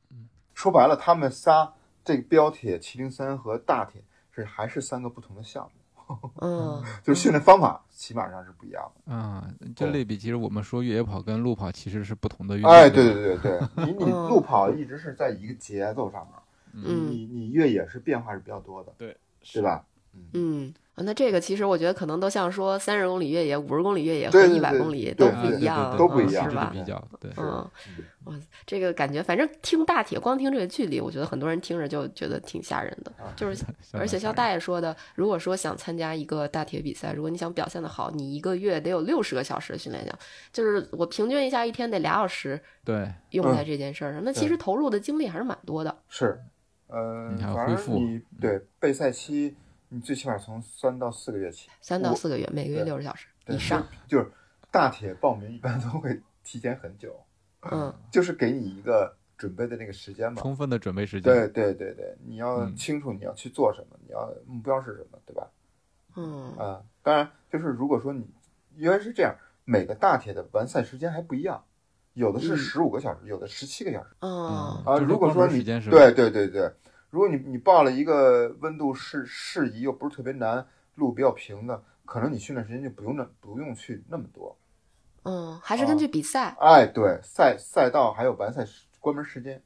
说白了，他们仨这个标铁、七零三和大铁是还是三个不同的项目，
嗯，
就是训练方法起码上是不一样的。
啊，这
对
类比其实我们说越野跑跟路跑其实是不同的运动。
哎，对
吧，
对对 <laughs> 对，你你
嗯
路跑一直是在一个节奏上面，
嗯
你你越野是变化是比较多的，
对
对吧？
嗯，啊那这个其实我觉得可能都像说三十公里越野、五十公里越野和
对对
一百
对
公里
对
都
对
不
啊对
一样
对对，
啊，
都不一样
是
是的
吧？
比较，对，
嗯，
嗯
哇，这个感觉，反正听大铁，光听这个距离，我觉得很多人听着就觉得挺吓人的。
啊 <laughs>
就是，
嗯
而且像大爷说的，如果说想参加一个大铁比赛，如果你想表现的好，你一个月得有六十个小时的训练量，就是我平均一下，一天得俩小时
对，
用
嗯
在这件事儿上。那其实投入的精力还是蛮多的。
是，呃
你还，要
反
恢
正
复嗯
你对备赛期，你最起码从三到四个月起，
三到
我
四个月，每个月
对
六十小时
对
以上，
就是大铁报名一般都会提前很久， <laughs>
嗯，
就是给你一个准备的那个时间嘛。
充分的准备时间。
对对对对，你要
嗯
清楚你要去做什么，你要目标是什么，对吧？
嗯
啊、当然就是如果说你，因为是这样，每个大铁的完赛时间还不一样，有的是
嗯
十五个小时，有的十七个小时
嗯，
嗯
啊。
就是
如果
关
说
门
你
时间是吧
对对对对，如果你你报了一个温度适适宜又不是特别难，路比较平的，可能你训练时间就不用那不用去那么多。
嗯，还
啊
是根据比赛，
哎，对，赛赛道还有完赛时关门时间，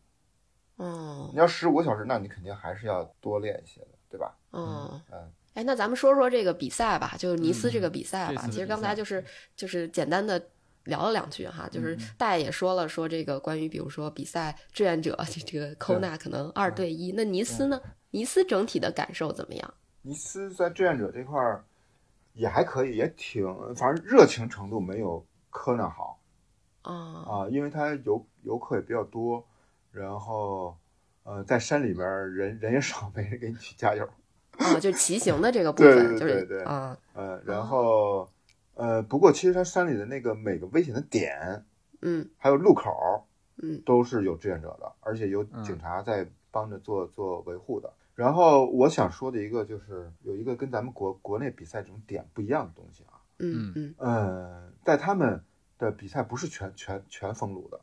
嗯
你要十五个小时，那你肯定还是要多练一些的，对吧？
嗯
嗯。
哎，那咱们说说这个比赛吧，就是尼斯这个比赛
嗯嗯这
吧。
次的
其实
比
刚才
赛
就是就是简单的聊了两句哈，就是大爷也说了说这个关于比如说比赛志愿者 <laughs> 这这个 Kona 可能
嗯
二对一，那尼斯呢？尼斯整体的感受怎么样？
尼斯在志愿者这块儿也还可以，也挺，反正热情程度没有科纳好
啊，
啊，因为它游游客也比较多，然后呃，在山里边儿人人也少，没人给你去加油，
啊，就骑行的这
<laughs>
个部
对
分，
对
就
对
是
对
啊，
呃，然后呃，不过其实它山里的那个每个危险的点
嗯
还有路口儿
嗯
都是有志愿者的，而且有
嗯
警察在帮着做做维护的。然后我想说的一个就是有一个跟咱们国国内比赛这种点不一样的东西啊，
嗯嗯
呃，在他们的比赛不是全全全封路的，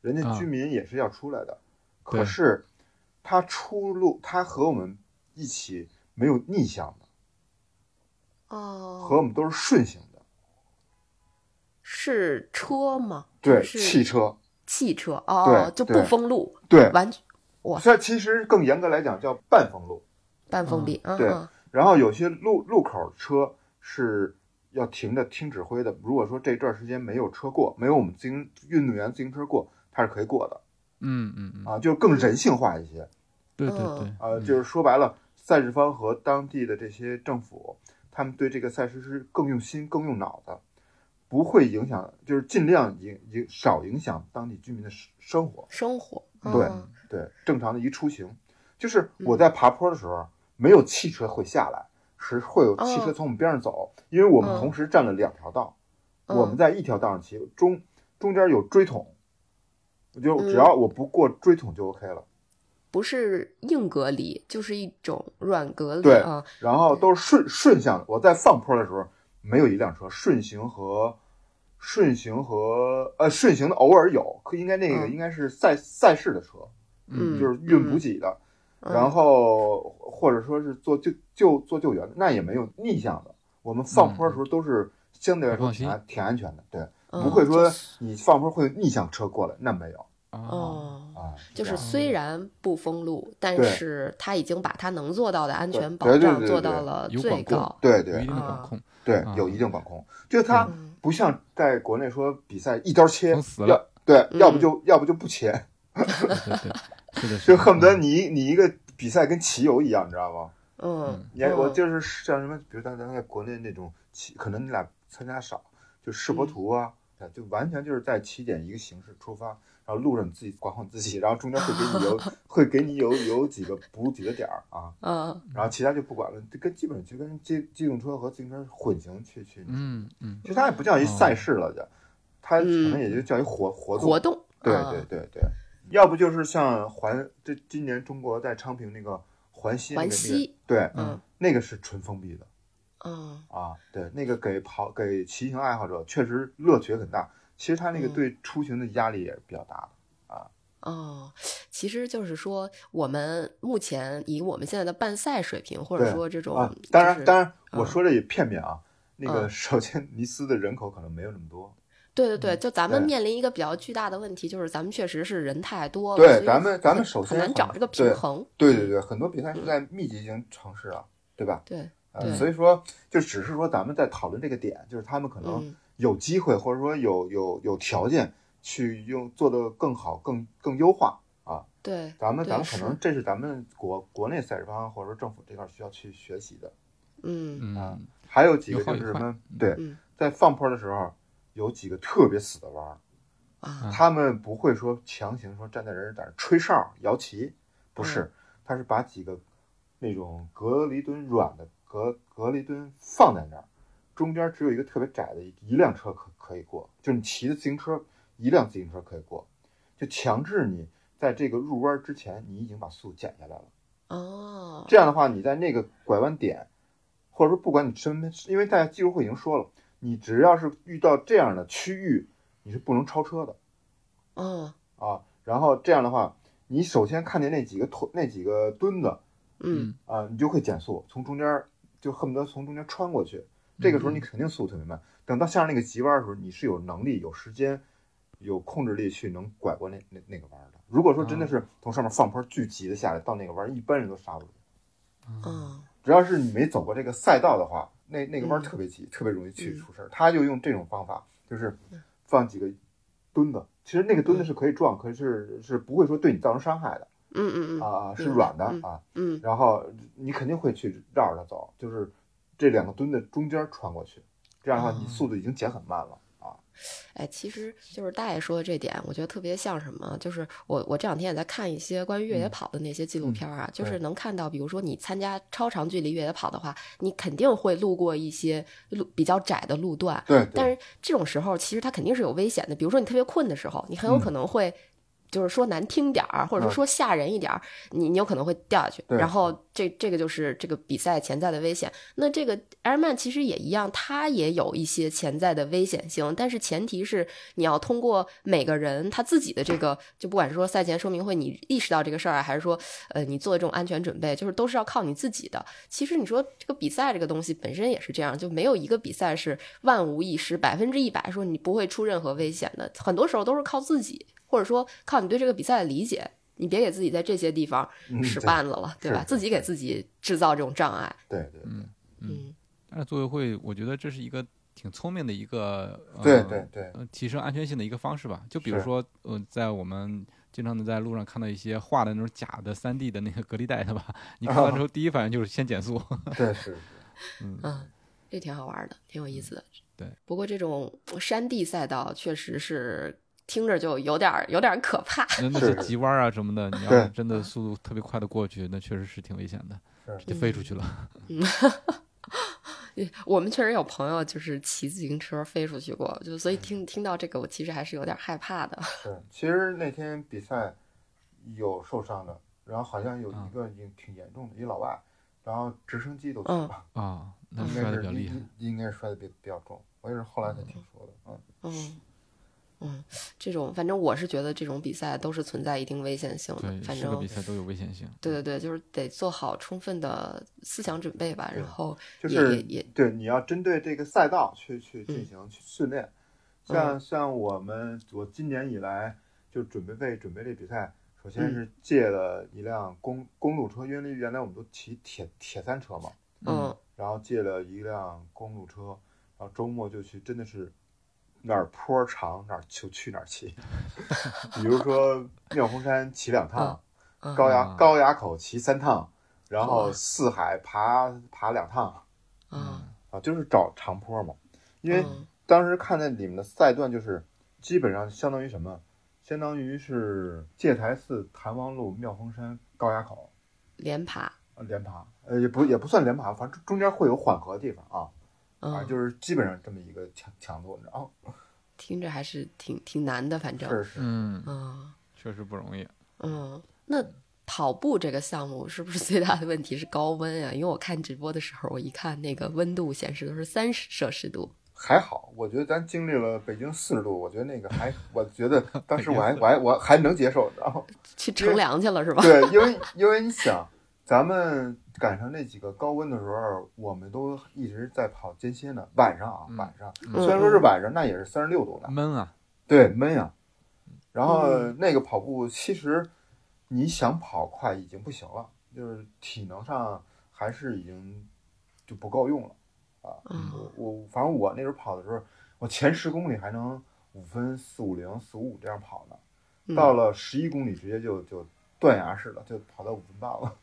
人家
啊
居民也是要出来的，
对
可是他出路，他和我们一起没有逆向的，和
哦，
我们都是顺行的，
是车吗？
对，
是
汽车，
汽车哦，
对
就不
对
封路，
对，
完全哇
这其实更严格来讲叫半封路，
半
嗯
封闭啊
对
啊，
然后有些路路口车是要停着听指挥的，如果说这段时间没有车过，没有我们自行运动员自行车过，他是可以过的
嗯嗯嗯，
啊，就是更人性化一些。
对对
嗯
对，
呃，
嗯
就是说白了，赛事方和当地的这些政府，他们对这个赛事是更用心、更用脑的，不会影响，就是尽量影影少影响当地居民的生生活。
生活
对
啊
对，正常的一出行，就是
嗯
我在爬坡的时候，没有汽车会下来，是会有汽车从我们边上走，因为我们
哦嗯
同时占了两条道，
嗯
我们在一条道上骑，中中间有锥桶，就
嗯
只要我不过锥桶就 OK 了。
不是硬隔离，就是一种软隔离
对
啊。
然后都是顺顺向的。我在放坡的时候，没有一辆车顺行和顺行和呃顺行的偶尔有，可应该那个
嗯
应该是赛、赛事的车，
嗯，
就是运补给的，
嗯
然后或者说是做救救做救援的，那也没有逆向的。我们放坡的时候都是相对来
嗯
说
放心
挺安挺安全的，对，
嗯
不会
就
说
是
你放坡会有逆向车过来，那没有
啊，
哦，
啊，
就是
这样
虽然不封路，但
对
是他已经把他能做到的安全保
对对对
障
对
做
对
到了
有
最
管控
高。
对
有一
对
定的管
啊
<laughs>
控，
对
啊，
有一定管控，就是它
嗯
不像在国内说比赛一刀切
封死，了
要对，
嗯
要不就要不就不
<laughs>
切，
对对对，是的，是
<laughs> 就
的
恨不得
嗯
你你一个比赛跟骑游一样，你知道吗？
嗯，
你我
嗯
就是像什么，比如咱咱在国内那种骑，可能你俩参加少，就世
嗯
博图啊，就完全就是在起点一个形式出发，然后路上你自己管控自己，然后中间会给
<laughs>
你有会给你有有几个补几个点儿啊，
嗯
然后其他就不管了，就跟基本就跟机机动车和自行车混行去去。
嗯嗯
哦
其实它也不叫一赛事了，就它可能也就叫一活、活动。
嗯活动，
对
啊
对对对，要不就是像环这今年中国在昌平那个环西那个
环西，
那个对，
嗯
那个是纯封闭的
嗯
啊，对，那个给跑给骑行爱好者确实乐趣也很大。其实它那个
嗯
对出行的压力也是比较大的。
哦，其实就是说，我们目前以我们现在的办赛水平，或者
对
说这种，
啊，当
就
然，
是
当然，我
嗯
说的也片面啊。那个，
嗯
首先 <laughs> 尼斯的人口可能没有那么多，
对对对，就咱们
嗯对
面临一个比较巨大的问题，就是咱们确实是人太多了，所
对，
以
咱们咱们
很
首先啊
很难找这个平
对
衡。
对对对，很多比赛是在密集型城市啊，对吧？
对，
呃，
对
所以说就只是说咱们在讨论这个点，就是他们可能
嗯
有机会或者说有有有条件去用做得更好、更更优化啊。
对，
咱们
对
咱们可
是
能这是咱们国国内赛事方或者说政府这块需要去学习的。
嗯
啊
嗯，
还有几个
有好
就是
有
什
坏
么？对
嗯，
在放坡的时候有几个特别死的弯儿，
嗯
啊，
他们不会说强行说站在人儿在那儿吹哨摇旗，不是，他是把几个那种隔离墩软的隔隔离墩放在那儿，中间只有一个特别窄的一一辆车可可以过，就是你骑着自行车一辆自行车可以过，就强制你在这个入弯之前你已经把速度减下来了。
哦，
这样的话，你在那个拐弯点，或者说不管你身边，因为在技术会已经说了，你只要是遇到这样的区域，你是不能超车的。
哦，
啊，然后这样的话，你首先看见那几个腿那几个墩子
嗯，
啊，你就会减速，从中间儿就恨不得从中间穿过去。这个时候你肯定速度特别慢，等到向上那个急弯儿的时候，你是有能力、有时间、有控制力去能拐过那那那个弯儿的。如果说真的是从上面放坡巨急的下来到那个弯儿，一般人都刹不住。
啊
哦，
只要是你没走过这个赛道的话，那那个弯儿特别急，特别容易去
嗯
出事儿。他就用这种方法，就是放几个墩子，其实那个墩子是可以撞，可是是不会说对你造成伤害的
嗯嗯嗯
啊，啊，是
明白
软的
嗯
啊。
嗯，
然后你肯定会去绕着它走，就是这两个墩子中间穿过去，这样的
哦
话你速度已经减很慢了啊。
哎，其实就是大爷说的这点，我觉得特别像什么？就是我我这两天也在看一些关于越野跑的那些纪录片儿啊，就是
嗯对
能看到，比如说你参加超长距离越野跑的话，你肯定会路过一些路比较窄的路段，
对
但
对
是这种时候其实它肯定是有危险的。比如说你特别困的时候，你很有可能会。就是说难听点儿，或者说
嗯
说吓人一点儿，你你有可能会掉下去。
对
然后这这个就是这个比赛潜在的危险。那这个 Airman 其实也一样，它也有一些潜在的危险性，但是前提是你要通过每个人他自己的这个，就不管是说赛前说明会你意识到这个事儿啊，还是说呃你做这种安全准备，就是都是要靠你自己的。其实你说这个比赛这个东西本身也是这样，就没有一个比赛是万无一失、百分之一百说你不会出任何危险的。很多时候都是靠自己，或者说靠你对这个比赛的理解。你别给自己在这些地方
嗯
使
对
绊子了，对
是
吧？
是
自己给自己制造这种障碍。
对对
嗯
但是组委会，我觉得这是一个挺聪明的一个，呃、
对对对，
呃，提升安全性的一个方式吧。就比如
是
说，呃，在我们经常能在路上看到一些画的那种假的三 D 的那个隔离带的
<laughs>
吧，你看到之后第一反应就是先减速。
<laughs> 对是，
嗯，这挺好玩的，挺
嗯
有意思的。
对，
不过这种山地赛道确实是听着就有点儿有点儿可怕。
那那
是
些急弯啊什
<laughs>
么的，你要
对
是真的速度特别快的过去，那确实是挺危险的
嗯
是，
就飞出去了。
我们确实有朋友就是骑自行车飞出去过，就
嗯
所以听听到这个，我其实还是有点害怕的。
对，其实那天比赛有受伤的，然后好像有一个挺挺严重的，一老外，然后直升机都去
嗯
了。
啊，那
应
摔
该
的
是
比较厉害。
应应该是摔的比比较重，我也是后来才听说的。嗯，
嗯嗯，这种反正我是觉得这种比赛都是存在一定危险性的
对，，
反
是个
正
比。赛都有危险性。
对对对，就是得做好充分的思想准备吧，然后
就
也
是
也也
对，你要针对这个赛道去去进行去训练。像像我们，我今年以来就准备为准备这比赛，首先是借了一辆公公路车，因为原来我们都骑铁铁三车嘛，
嗯
然后借了一辆公路车，然后周末就去，真的是哪儿坡儿长哪儿就去哪儿骑， <laughs> 比如说妙峰山骑两趟，
嗯
高
啊
崖高崖口骑三趟，然
哇
后四海爬爬两趟
啊
啊，就是找长坡嘛。因为
嗯
当时看见你们的赛段，就是基本上相当于什么，相当于是戒台寺、潭王路、妙峰山、高崖口
连爬
呃连爬，呃，也不也不算连爬，反正中间会有缓和的地方啊。啊，
嗯
就是基本上这么一个强强度，然后
听着还是挺挺难的，反正
是是，
嗯，
嗯
确实不容易。
嗯，那跑步这个项目是不是最大的问题是高温啊呀、因为我看直播的时候，我一看那个温度显示都是三十摄氏度，
还好，我觉得咱经历了北京四十度，我觉得那个还，我
<laughs>
觉得当时我还我还我还能接受，然后
去乘凉去了是吧？
对，因为因为你想，咱们赶上那几个高温的时候，我们都一直在跑间歇呢。晚上啊，
嗯
晚上、
嗯
虽然说是晚上，那也是三十六度的，
闷啊，
对，闷呀、然后
嗯
那个跑步，其实你想跑快已经不行了，就是体能上还是已经就不够用了啊。
嗯
我我反正我那时候跑的时候，我前十公里还能五分四五零四五五这样跑呢。
嗯
到了十一公里，直接就就断崖式的，就跑到五分半了，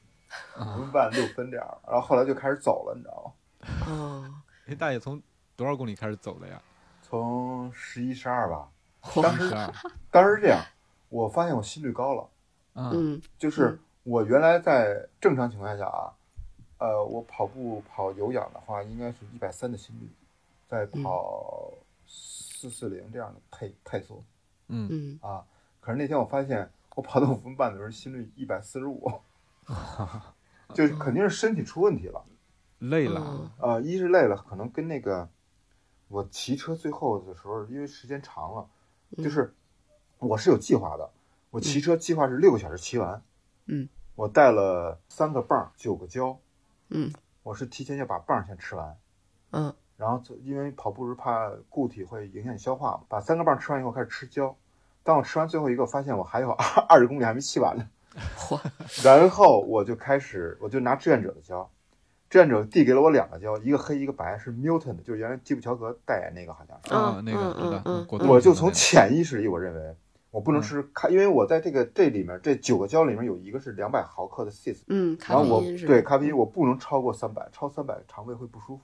五分半六分这样，然后后来就开始走了，你知道吗？
哦，
那哎大爷从多少公里开始走的呀？
从十一十二吧，
当时啊，
当时这样，我发现我心率高了，
嗯
嗯
就是
嗯
我原来在正常情况下啊，呃，我跑步跑有氧的话，应该是一百三的心率，再
嗯
跑四四零这样的配配速
嗯，
嗯，
啊，可是那天我发现我跑到五分半的时候，心率一百四十五，
<laughs>
就是肯定是身体出问题了。
累了
嗯
啊，
呃，一是累了，可能跟那个我骑车最后的时候，因为时间长了，
嗯
就是我是有计划的，我骑车计划是六个小时骑完，
嗯，
我带了三个棒，九个胶，
嗯，
我是提前要把棒先吃完，
嗯，
然后就因为跑步是怕固体会影响你消化嘛，把三个棒吃完以后开始吃胶，当我吃完最后一个，发现我还有二 <laughs> 二十公里还没骑完呢，
嚯，
然后我就开始，我就拿志愿者的胶，志愿者递给了我两个胶，一个黑一个白，是 Milton 的，就是原来基普乔格代言那个，好像是。
啊
嗯
那个
嗯
知道
嗯，嗯
嗯
哦
果冻
我就
什么
从
的
潜意识里，我认为我不能吃咖，因为我在这个这里面这九个胶里面有一个是两百毫克的 cis，
嗯，
然
咖
后我
啡因是吧？
对咖啡因我不能超过三百，超三百肠胃会不舒服。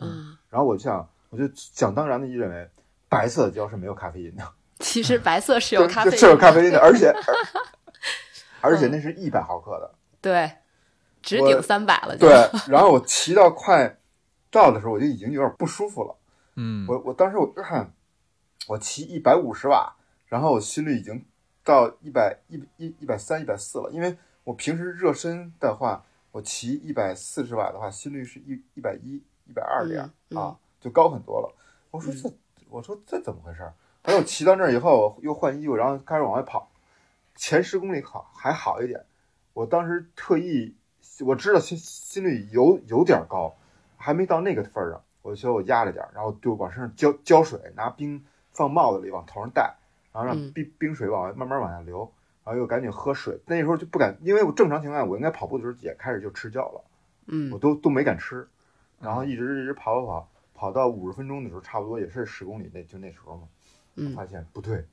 嗯，
然后我就想，我就想当然的认为白色的胶是没有咖啡因的，
<laughs> 其实白色是
就
有咖
就
啡
是是有
因，嗯
咖啡因的，
<laughs>
而且而而且那是一百毫克的。
对，直
我
顶三百了就，
对，然后我骑到快到的时候，我就已经有点不舒服了。
嗯，
<laughs> 我我当时我看，我骑一百五十瓦，然后我心率已经到一百一一一百三一百四了，因为我平时热身的话，我骑一百四十瓦的话，心率是一一百一一百二这样、
嗯
啊，就高很多了。我说这，我说这怎么回事儿？反正我骑到那儿以后，我又换衣服，然后开始往外跑。前十公里好还好一点，我当时特意我知道心心率有有点高，还没到那个份儿上，我就说我压着点儿，然后就往身上浇浇水，拿冰放帽子里往头上戴，然后让
嗯
冰冰水往外慢慢往下流，然后又赶紧喝水。那时候就不敢，因为我正常情况下我应该跑步的时候也开始就吃胶了，我
嗯
都都没敢吃，然
嗯
后一直一直跑跑跑，跑到五十分钟的时候，差不多也是十公里那就那时候嘛，
嗯
发现不对，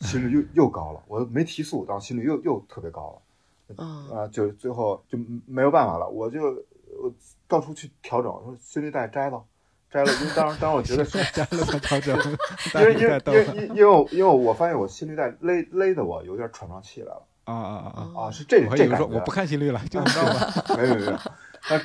心率又又高了，我没提速，然后心率又又特别高了。
嗯
啊，就最后就没有办法了，我就我到处去调整，我说心率带摘了，摘了，因为当时当时我觉
<laughs>
得是，
加了个调整，
<laughs> 因为因为因为因为因为我因为我发现我心率带勒勒的我有点喘不上气来了
啊啊啊！
哦
啊，是这
我还以
这
为
感觉，
说我不看心率了，
嗯
就你知道吧？<laughs>
没有没有没有，啊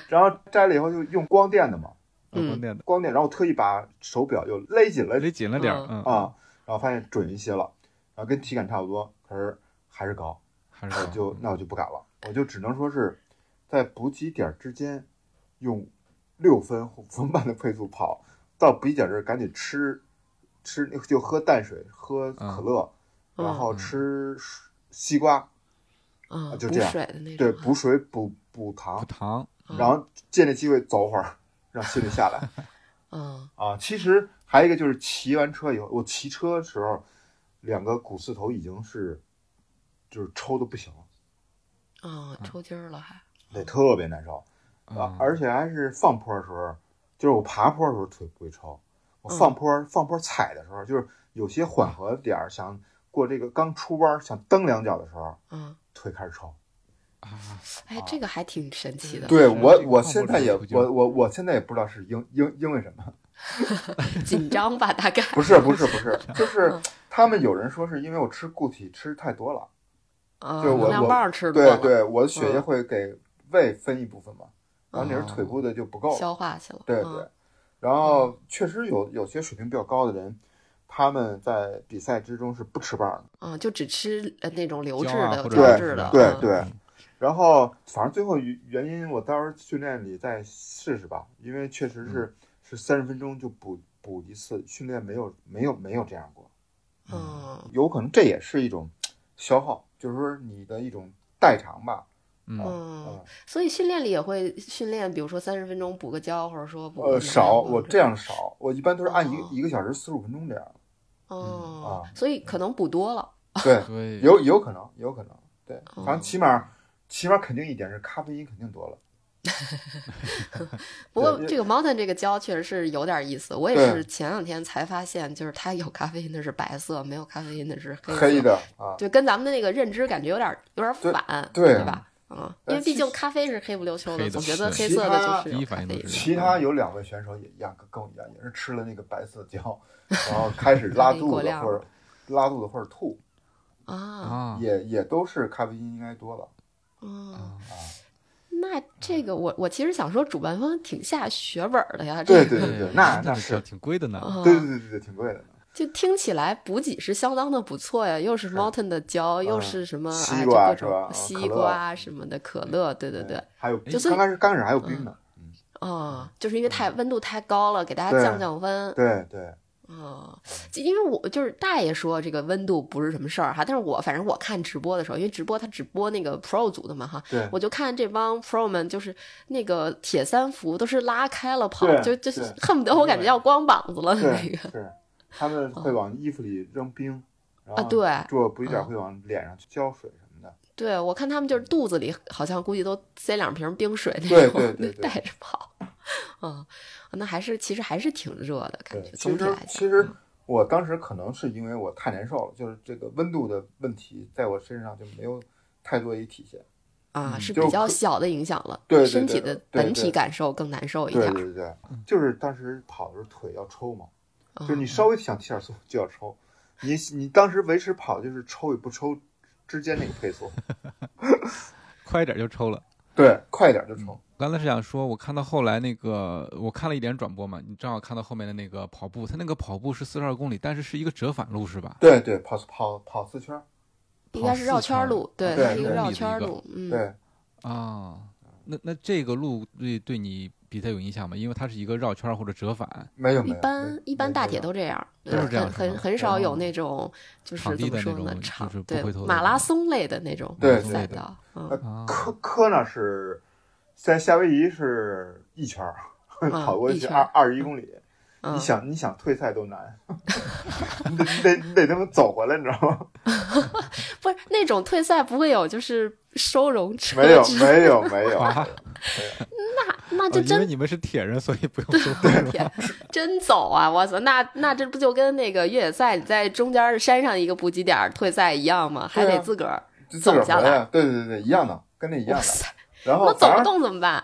然后摘了以后就用光电的嘛，
嗯
光电的，
光电，然后我特意把手表又勒紧了
勒紧了点儿，嗯，
啊，然后发现准一些了，然后跟体感差不多，可是还是高。
还
我
是
啊
<laughs>
就那我就不敢了，我就只能说是在补给点之间用六分或五分半的配速跑到补给点这儿，赶紧吃吃就喝淡水，喝可乐，
嗯
然后吃水西瓜，
嗯，
就
补
这样
水的那种，
对，补水补补
补
糖，
糖，
嗯
然后借这机会走会儿，让心率下来
嗯
啊。其实还有一个就是骑完车以后，我骑车的时候两个股四头已经是就是抽的不行了，
嗯，抽筋儿了还，
对，特别难受。啊，
嗯
而且还是放坡的时候，就是我爬坡的时候腿不会抽，我
嗯
放坡、放坡踩的时候，就是有些缓和点儿，想过这个刚出弯儿想蹬两脚的时候，
嗯，
腿开始抽。
啊，
哎，这个还挺神奇的，
对
是
我
这，个
我
放
现
坡
在
是
也
抽筋
我我我现在也不知道是因因因为什么，
紧张吧，
<laughs>
大概，
不是不是
<laughs>
不是，就是
嗯
他们有人说是因为我吃固体吃太多了，
嗯，
对我
能量
我
棒吃多
对
了，
对，我的血液
嗯
会给胃分一部分嘛，然后你是
哦
腿部的就不够了。
消化去了，
对
嗯
对，然后确实有有些水平比较高的人，他们在比赛之中是不吃棒的。
嗯，就只吃呃那种流质
胶啊
的、
或者
流
对
质的，
对
嗯
对。然后反正最后原因，我到时候训练里再试试吧，因为确实
嗯
是、是三十分钟就补补一次，训练没有没有没有这样过，
嗯
有可能这也是一种消耗，就是说你的一种代偿吧。
嗯，
嗯，所以训练里也会训练，比如说三十分钟补个胶，或者说补个
呃，
能量
少，
棒
我这样少，我一般都是按一个、
哦
一个小时四十五分钟这样。
哦
啊，
所以可能补多了， <laughs>
对，
对，
有有可能，有可能，对，
哦
反正起码起码肯定一点是咖啡因肯定多了。
不过
对
这个 Mountain 这个胶确实是有点意思，我也是前两天才发现，就是它有咖啡因的是白色，没有咖啡因的是黑色
黑，的啊，
就跟咱们的那个认知感觉有点有点
对
反，
对
吧？嗯，因
但
为毕
其
竟
实
咖啡是黑不溜秋
黑
的，
的
总觉得
是
黑色
其他
的就是
第一
有
反
咖
应
啡
都
因。
是
其他有两位选手也一样，跟我一样，也是吃了那个白色胶，
<laughs>
然后开始拉肚
果
子
量
或者拉肚子或者吐，
啊，
啊，
也也都是咖啡因应该多了。
嗯，那这个我我其实想说，主办方挺下血本儿的呀，
对
这个
对
对
那那
那
是
挺贵的呢。
啊
对对对对对，挺贵的呢。
就听起来补给是相当的不错呀，又是 Mountain 的胶，又是什么
嗯西
哎，就
瓜
各
是吧
种
啊
西
可乐嗯
瓜什么的，可乐，对对对，
还有
就所以嗯
刚开始刚开始还有冰呢。
啊，就是因为太温度太高了，给大家
嗯对
降降温
对对，
啊。就因为我就是大爷说这个温度不是什么事儿哈，但是我反正我看直播的时候，因为直播他只播那个 Pro 组的嘛哈，
对
我就看这帮 Pro 们就是那个铁三服都是拉开了跑，
对
就就是
对
恨不得我感觉要光膀子了那
对
个嗯
是，他们会往衣服里扔冰，然
啊，
后
对，
做补给点会往脸上去浇水什么的。
对，我看他们就是肚子里好像估计都塞两瓶冰水那
对
种
对对对
带着跑，嗯，那还是其实还是挺热的感
对，
觉，
其
总体
实
来讲，嗯
其实我当时可能是因为我太难受了，就是这个温度的问题在我身上就没有太多一体现。
啊是
嗯就
比较
可
小的影响了，
对对
身
对
体的
对
本
对
体感受更难受一
对
点
对
儿，
对对，就是当时跑的时候腿要抽嘛，
嗯
就是你稍微想提点速度就要抽，你你当时维持跑就是抽与不抽之间那个
<laughs>
配速，
快一点就抽了。
对，快一点就
嗯
抽。
刚才是想说，我看到后来那个，我看了一点转播嘛，你正好看到后面的那个跑步，他那个跑步是四十二公里，但是是一个折返路是吧？
对对，跑跑跑四圈儿，
应该是绕圈儿路，对，
对
它是一个
对
绕
对
圈儿
一个
路，嗯，
对，
啊，那那这个路对对你比赛有影响吗？因为它是一个绕圈儿或者折返，
没有没
一
有，
般
没
一般
没
大
有
铁都这样，
都是这样
很
是吗
很很少有
哦
那种就是
场
怎
地
么
的
说
那
呢
种
场
就是不
对
回头的
马
那
拉
种
松类的那种
对
赛
对对
道，嗯
呃
啊
科科呢是在夏威夷是一圈儿，
啊
<laughs> 跑过
一
去
圈
二
儿
二十一公里，
嗯
你想你想退赛都难，你得你得你得他妈走回来，你知道吗？
不是那种退赛不会有就是收容车
没有
之
没有没有，
啊，
那
哦
这
因
真
为你们是铁人，所以不
<laughs>
用说是吧
天，真走啊！我操，那那这不就跟那个越野赛你在中间山上一个补给点儿退赛一样吗？还
对啊
得自个儿，
就自个儿
走下
回来
来，
对对对对，一样的，跟那一
哇
样的。
塞，
然
那
后
走
哦反
不
正
动怎么办？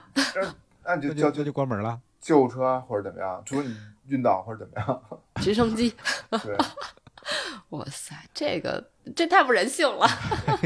那就
那就
叫救
那就关门了。
救护车啊或者怎么样，除非你晕倒或者怎么样，
直升机， <laughs>
对。
哇塞，这个这太不人性了。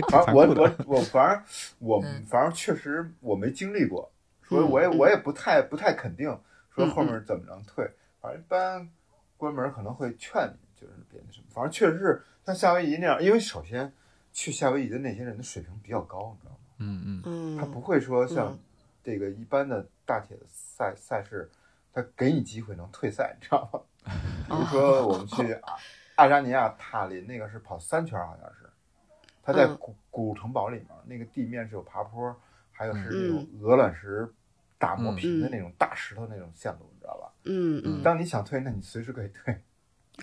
反正我
<laughs> 残酷
我我反正我
嗯
反正确实我没经历过，所以
嗯
我也
嗯
我也不太不太肯定说
嗯
后面怎么能退。反正一般关门可能会劝你，就是别那什么。反正确实是像夏威夷那样，因为首先去夏威夷的那些人的水平比较高，你知道吗？
嗯嗯，
嗯
他不会说像
嗯
这个一般的大铁的赛赛事，他给你机会能退赛，你知道吗？比如说
哦
我们去啊阿爱沙尼亚塔林那个是跑三圈，好像是，他在
嗯
古古城堡里面，那个地面是有爬坡，还有是
嗯
那种鹅卵石打磨平的那种大石头那种线路，你知道吧？
嗯嗯
当你想退，那你随时可以退。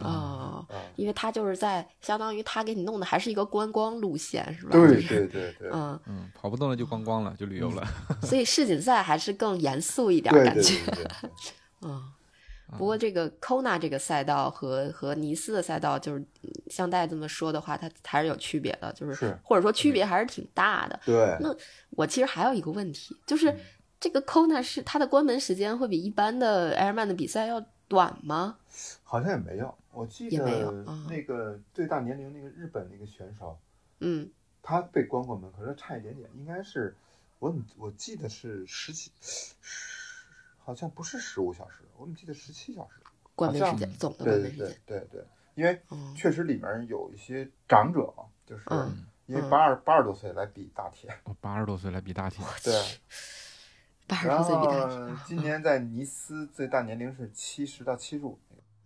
哦
嗯，
因为他就是在相当于他给你弄的还是一个观光路线是吧？
对对对对，
嗯，
嗯，跑不动了就光光了，就旅游了。
所以世锦赛还是更严肃一点儿
对
感
对
觉。
对对对，
嗯，不过这个 Kona 这个赛道和和尼斯的赛道，就是嗯像戴这么说的话，它还是有区别的，就是
是嗯
或者说区别还是挺大的。
对
那我其实还有一个问题，
嗯
就是这个 Kona 是它的关门时间会比一般的 Airman 的比赛要短吗？
好像也没有，我记
也
得
没有嗯
那个最大年龄那个日本那个选手，
嗯，
他被关过门，可是差一点点，应该是我怎么我记得是十七，十好像不是十五小时，我怎么记得十七小时？
关门
好
时
像
间总的关
对
门
对
时间
对对对，因为
嗯
确实里面有一些长者嘛，就是
嗯
因为
嗯
八二八十多岁来比大铁，
我八十多岁来比大铁，
对，
<laughs> 八十
然
多岁比
后
大啊嗯学
今年在尼斯最大年龄是七十到七十五，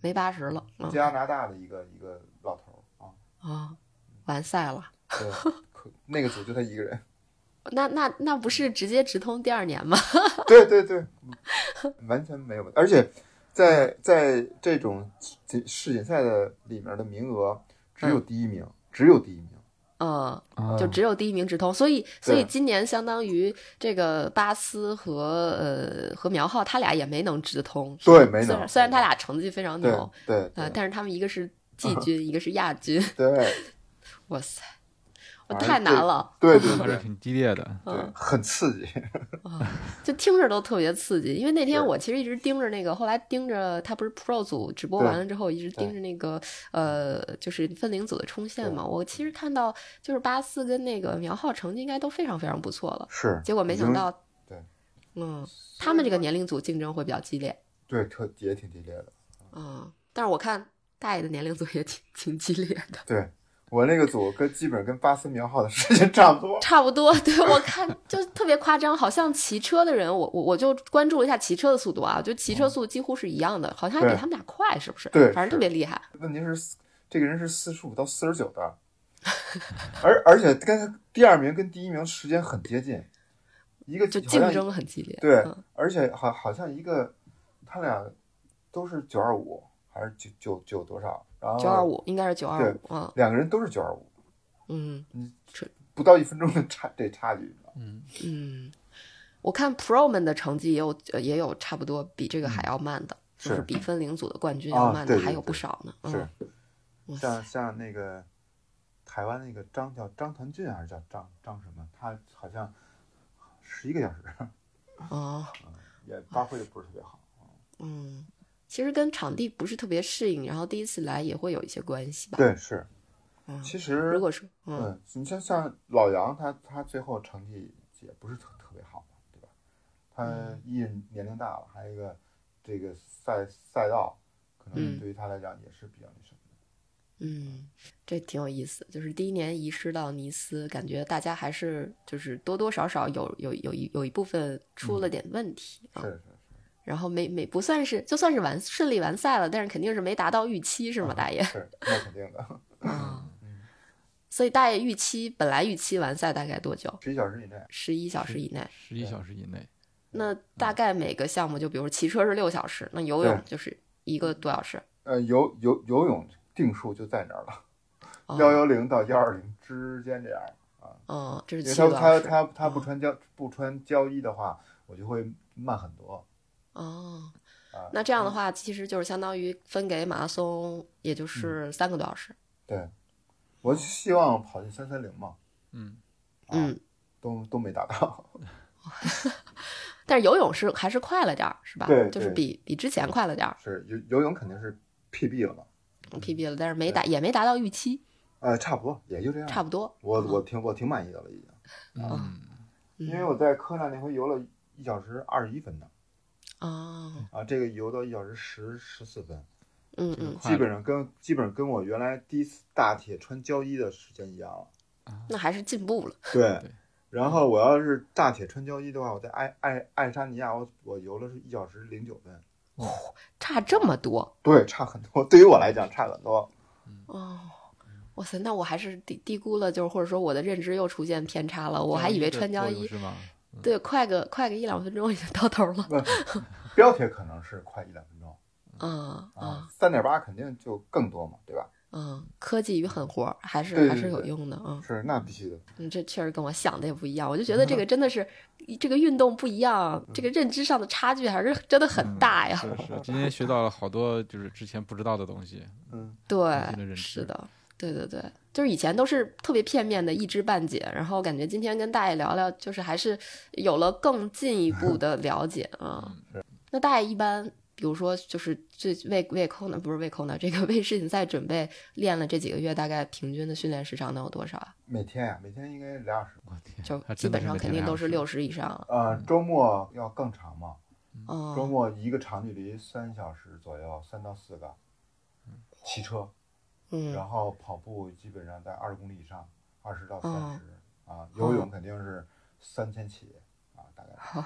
没八十了，啊
加拿大的一个一个老头儿啊，
啊，完赛了。 <laughs>
对，可那个组就他一个人，
那那那不是直接直通第二年吗？ <laughs>
对对对，完全没有问题。而且在在这种锦世锦赛的里面的名额，只有第一名，只有第一名。
嗯，
啊
就只有第一名直通，所以所以
对
今年相当于这个巴斯和呃和苗浩他俩也没能直通，
对没
虽
能
然虽然他俩成绩非常
对
牛，
对
呃，
对嗯
但是他们一个是季军，一个是亚军，
对
哇塞，我
反正
太难
这
了，
对
还是
对
挺激烈的。
嗯
对，很刺激。
就听着都特别刺激。因为那天
是
我其实一直盯着那个，后来盯着他不是 Pro 组直播完了之后，一直盯着那个呃，就是分龄组的冲线嘛。我其实看到就是巴斯跟那个苗浩成绩应该都非常非常不错了，
是，
结果没想到，
已经对，
嗯，他们这个年龄组竞争会比较激烈，
对特也挺激烈的。
嗯，但是我看大爷的年龄组也挺挺激烈的，
对我那个组跟基本跟巴斯苗号的时间差不多。
<laughs> 差不多。对我看就特别夸张，好像骑车的人，我我我就关注了一下骑车的速度啊，就骑车速几乎是一样的，好像还比
对
他们俩快，是不是？
对
反正特别
是
厉害。
问题是这个人是四十五到四十九的，而而且跟第二名跟第一名时间很接近，一个
就
好
竞
像
争很激烈。
对
嗯，
而且好好像一个他俩都是九二五还是九九九多少，然后
九二五应该是九二五啊，
两个人都是九二五，
嗯
不到一分钟的差这差距，
嗯。我看 Pro 们的成绩也有呃也有差不多比这个还要慢的，
是
就是比分龄组的冠军
嗯啊
要慢的、
对对
还有
对
不少呢。嗯
是
哇塞，
像像那个台湾那个张叫张团俊还是叫张张什么，他好像十一个小时 <laughs>
哦，
也发挥的不是特别好，
嗯，其实跟场地不是特别适应，然后第一次来也会有一些关系吧。，
对是，
嗯，
其实
如果说嗯
嗯，你像像老杨他，他最后成绩也不是特特别好嘛，对吧？他
嗯
一人年龄大了，还有一个这个赛赛道，可
嗯
能对于他来讲也是比较那什么的。
嗯，这挺有意思，就是第一年遗失到尼斯，感觉大家还是就是多多少少有有有一有一部分出了点问题啊。
嗯是是
然后没没不算是，就算是完顺利完赛了，但是肯定是没达到预期，
嗯
是吗，大爷？
是，那肯定的， <laughs> 嗯
啊， <laughs> 所以大爷预期本来预期完赛大概多久？
十一小时以内，
十一小时以内。
十一小时以内，
那
嗯
大概每个项目，就比如骑车是六小时，那游泳就是一个多小时。
呃，游游游泳定数就在那儿了，
哦
<laughs> 幺幺零到幺二零之间这样，
嗯，这是
因
七哦
为
个
他
多小
他
时。
他他不穿胶不穿胶衣的话，我就会慢很多
哦，
啊。
那这样的话，其实就是相当于分给马拉松，也
嗯
就是三个多小时。
对，我希望跑进三三零嘛，
嗯，
啊
嗯，
都都没达到。 <laughs>
但是游泳是还是快了点儿，是吧？
对
就是
对
比比之前快了点儿
是游游泳肯定是 PB 了嘛？
，PB 了，但是没达也没达到预期，
呃，差不多也就这样，
差
不
不多。
我我挺我挺满意的了，已经，
嗯，
因为我在科纳那回游了一小时二十一分呢，
哦，
啊，这个游到一小时十十四分，
这
嗯
个
嗯，
快
基
了
本上跟基本上跟我原来第一次大铁穿胶衣的时间一样了。
那还是进步了。
对
对，
然后我要是大铁穿胶衣的话，我在爱爱爱沙尼亚我我游了是一小时零九分，
差这么多
对，差很多，对于我来讲差很多。
哦！哇塞，那我还是低低估了，就是或者说我的认知又出现偏差了，我还以为穿胶衣
是吗？
对快个快个一两分钟已经到头了。
标铁可能是快一两分钟
嗯
啊
嗯，
三点八肯定就更多嘛，对吧？
嗯，科技与狠活还是
对对
还是有
对
用的啊。
是，那必须的。
嗯，这确实跟我想的也不一样，我就觉得
<laughs>
这个真的是这个运动不一样，
嗯
这个认知上的差距还是真的很大呀。
嗯是是，今天学到了好多就是之前不知道的东西。
嗯，
新的认
对，
知
是的，对对对，就是以前都是特别片面的，一知半解，然后感觉今天跟大爷聊聊，就是还是有了更进一
<laughs>
步的了解啊。
嗯
<laughs> 那大爷一般，比如说就是最为为空的，不是为空的，这个为世锦赛准备练了这几个月，大概平均的训练时长能有多少啊？
每天呀、每天应该俩小时
我天，
就
还
基
真的
本上
每
肯
天
定
两
都是
小时
六十以上了。
呃，周末要更长嘛？周
嗯
末一个长距离三小时左右，三到四个，骑车
嗯，
然后跑步基本上在二十公里以上，二十到三
哦
十、啊，游泳肯定是三千起啊，大概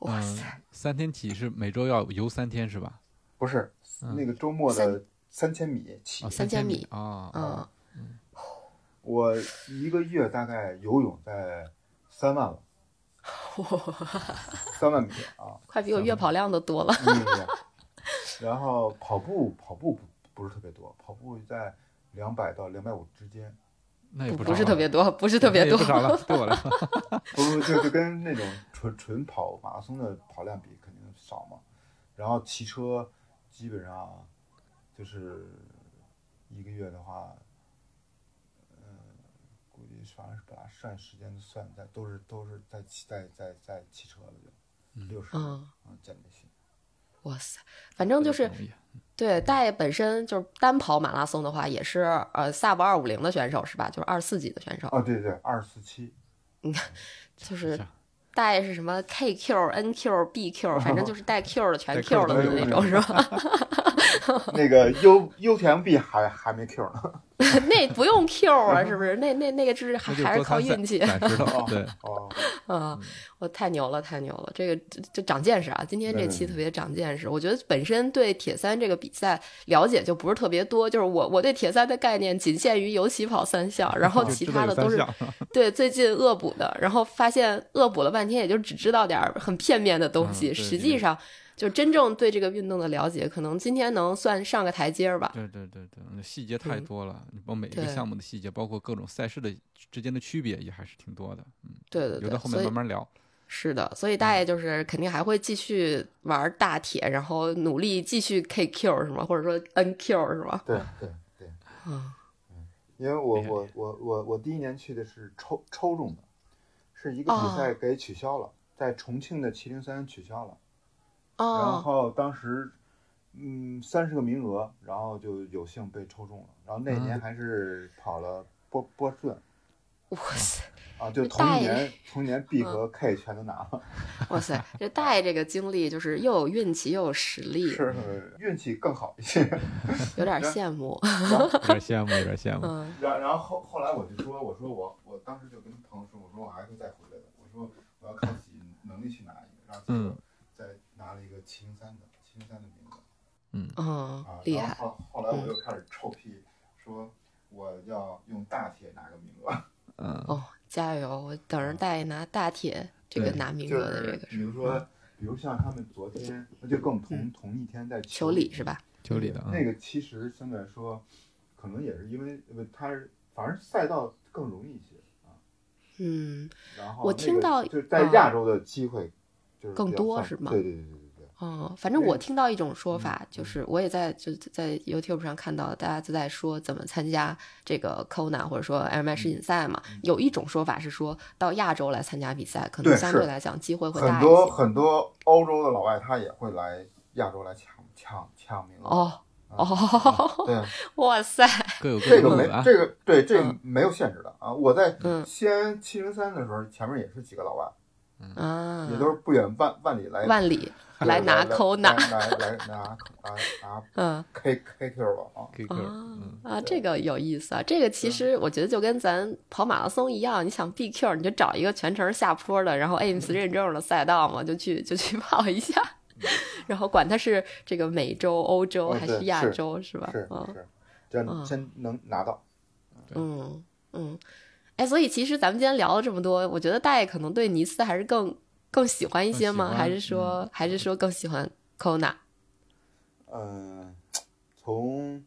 哇
嗯
塞，，
三天起是每周要游三天是吧？
不是、那个周末的三千米起
啊，，
三
千
千米
啊，
嗯，
我一个月大概游泳在三万了，三万米啊，
快比我月跑量都多了。
嗯， <laughs> 然后跑步跑步不不是特别多，跑步在两百到两百五之间，
那也
不
少
是
了
特别多，不是特别
那也
多
不。少了，
<laughs>
对我来说，
不不就就跟那种纯纯跑马拉松的跑量比肯定少嘛。然后骑车基本上就是一个月的话，呃，估计反正是把剩下时间都算在都是都是在骑在在在骑车了就六十
嗯
啊减这些。
哇塞，反正就是
容易
对戴本身就是单跑马拉松的话，也是呃 sub 二五零的选手是吧？就是二四级的选手，
哦，对对，二十四期，
就是
是啊
戴是什么 KQ、NQ、BQ，反正就是带 Q 的全
带
Q 了的
的
那
那
种是吧？ <laughs>
那个 U U T M B 还还没 Q 呢。
那不用 Q 啊，是不是？那那那个就是还
那就
还是
多
靠
参赛 <laughs>
运气。
攒
<laughs>
石头，对，
哦，
啊，我太牛了，太牛了！这个就就长见识啊，今天这期特别长见识。我觉得本身对铁三这个比赛了解就不是特别多，就是我我对铁三的概念仅限于有起跑三项，然后
就
其
知
他
道有
的都
三
是
项
对最近恶补的，然后发现恶补了半天，也就只知道点儿很片面的东
嗯
西，
对
实
因
际
为
上。就真正对这个运动的了解，可能今天能算上个台阶儿吧。
<laughs> 对对对对，嗯细节太
嗯
多了，你把每一个
对
项目的细节，包括各种赛事的之间的区别也还是挺多的，嗯，
对对
留
对
到，后
所
面
以
慢慢
<laughs>
聊，
是的，所以大爷就是肯定还会继续玩大铁，然后努力继续 KQ 是吗？或者说 NQ 是吗？
对对对，
嗯，
因为我
厉害
我我我我第一年去的是抽抽中的，是一个
哦
比赛给取消了，在重庆的七零三取消了，然
哦，
后当时嗯三十个名额，然后就有幸被抽中了，然后那
嗯
年还是跑了波波士顿
哇塞，
啊，就
那
同
大
一
爷 <laughs>
年同一年
嗯
B 和 K 全都拿了，
哇塞，这大爷这个经历就是又有运气又有实力，
是呃运气更好一些。
有点羡慕。
有点羡慕，有点羡慕，
嗯，
然然后后后来我就说，我说我我当时就跟朋友说，我说我还会再回来的，我说我要靠自己能力去拿一个，然后结果
嗯
再拿了一个七零三的七零三的名额
嗯
啊，，
厉
然
害，嗯
后后后来我又开始臭屁，说我要用大铁拿个名额，
嗯，
哦，加油！我等着大爷拿大铁这个
对
拿名
嗯就
额的这
是
个
比如说比如像他们昨天，那就跟我们同、
嗯
同一天在
球里是吧？
九里的，
那
嗯
个其实相对来说，可能也是因为呃它是反正赛道更容易一些。
嗯，
然后
我
那
听
个
到
就是在
啊
亚洲的机会就是
更
比较
多
算
是吗
对对对对对嗯
哦，反正我听到一种说法，就是我也在就在 YouTube 上看到大家都在说怎么参加这个 Kona 或者说
嗯
LMS 锦赛嘛。有一种说法是说到亚洲来参加比赛，可能
对
相
是
对来讲机会会
对，很
大一
多
些。
很多欧洲的老外他也会来亚洲来抢抢抢名额。
哦
嗯，
哦，
对，
<laughs> 哇塞，
各有各
<laughs>
这
的
个
路
没
子啊，
这个对这个
嗯
没有限制的啊！我在
嗯
西安七零三的时候，前面也是几个老外，
啊，
嗯也都是不远万万里来
万里
对
来拿
来
Kona，
来来来拿拿拿
嗯
K K Q 了
<laughs>
啊！
K Q，
啊
嗯，
啊，这个有意思啊。这个其实我觉得就跟咱跑马拉松一样，你想 BQ 你就找一个全程下坡的，然后 Ames 认证的赛道嘛，就去就去跑一下， <laughs> 然后管它是这个美洲、欧洲
哦
还是
对
亚
是
洲，是吧？
是
嗯
是，这
嗯
样真能拿到。
嗯嗯，哎，所以其实咱们今天聊了这么多，我觉得大爷可能对尼斯还是更更喜欢一
更
些
喜
吗？还
欢
是说
嗯
还是说更喜欢 Kona？
嗯，从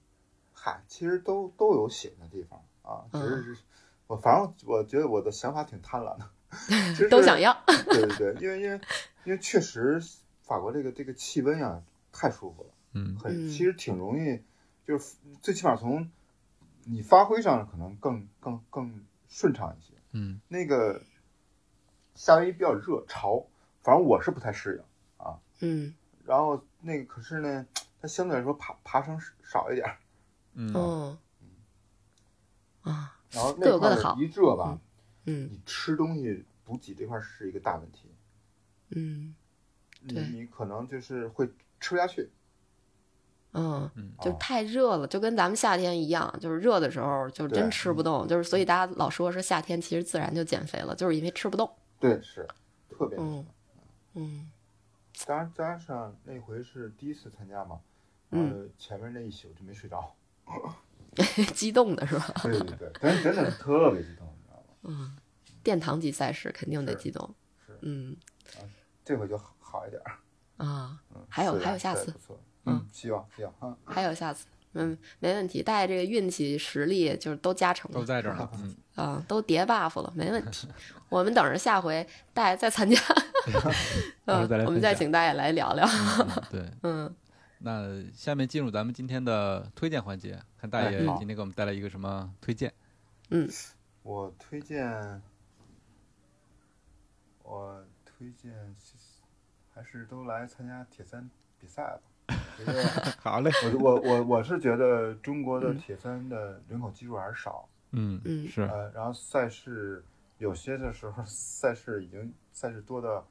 嗨，其实都都有喜欢的地方啊，只
嗯
是、我反正我觉得我的想法挺贪婪
<laughs>
的，其实
都想要，
对对对，因为因为因为确实法国这个这个气温呀、太舒服了，
嗯，
很
嗯
其实挺容易，就是最起码从你发挥上可能更更更顺畅一些。
嗯，
那个夏威夷比较热潮，反正我是不太适应。
嗯
然后那个可是呢，它相对来说爬爬升少一点儿，
嗯，
<laughs> 嗯啊
然后
各
那
有各
块
的
儿
好
一热吧，
嗯
你吃东西补给这块儿是一个大问题，
嗯
你
对
你可能就是会吃不下去，
嗯，
嗯
就太热了，就跟咱们夏天一样，就是热的时候就
对
真吃不动，就是所以大家老说说夏天其实自然就减肥了，就是因为吃不动。
对，是特别。
嗯嗯 <laughs>
加加上那回是第一次参加嘛，
嗯
然后前面那一宿就没
<laughs>
睡着。
激动的是吧？ <laughs>
对对对，但是真的是特别激动，你知道吗？
嗯，殿堂级赛事肯定得
是
激动
是。
嗯
这回就好好一点儿。
啊，
嗯
还有
是的
还有下
这
次
不错，
嗯，
希望希望啊，
还有下次，嗯，没问题，大家这个运气、实力就是都加成
都
了
在这儿呢。嗯，
啊、都叠 buff 了，没问题。我们等着下回大家再参加，
到时候
嗯
再来，
我们
分
再
享
请大家来聊聊。
嗯嗯对。
<laughs> <laughs> 嗯，
那下面进入咱们今天的推荐环节，看大
哎
爷
好
今天给我们带来一个什么推荐？
我推荐，我推荐，还是都来参加铁三比赛吧。因为
<laughs>
好嘞，
我我我我是觉得中国的铁三的人口基数还是少，
嗯
嗯
是，
呃，然后赛事有些的时候赛事已经赛事多的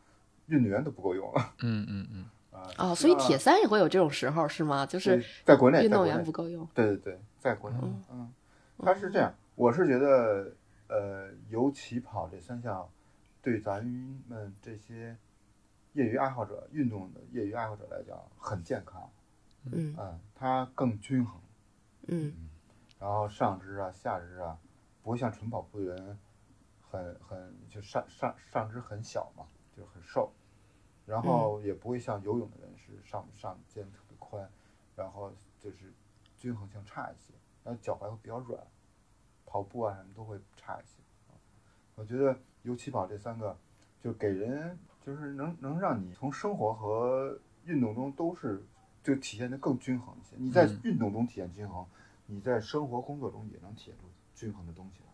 运动员都不够用了
嗯嗯嗯，
啊、
哦，所以
希望
铁三也会有这种时候是吗？就是
对在国内
运
在
动
国
员
内
不够用。
对对对，在国内，
嗯
嗯，他是这样，我是觉得，呃，尤其跑这三项，对咱们这些业余爱好者、运动的业余爱好者来讲，很健康，
嗯
嗯，它更均衡，
嗯
然后上肢啊、下肢啊，不会像纯跑步的人很很就上上上肢很小嘛，就是很瘦，然后也不会像游泳的人是上上肩特别宽，然后就是均衡性差一些，然后脚踝会比较软，跑步啊什么都会差一些。啊我觉得尤其跑这三个，就给人就是能能让你从生活和运动中都是就体现的更均衡一些。你在
嗯
运动中体现均衡，你在生活工作中也能体现出均衡的东西来。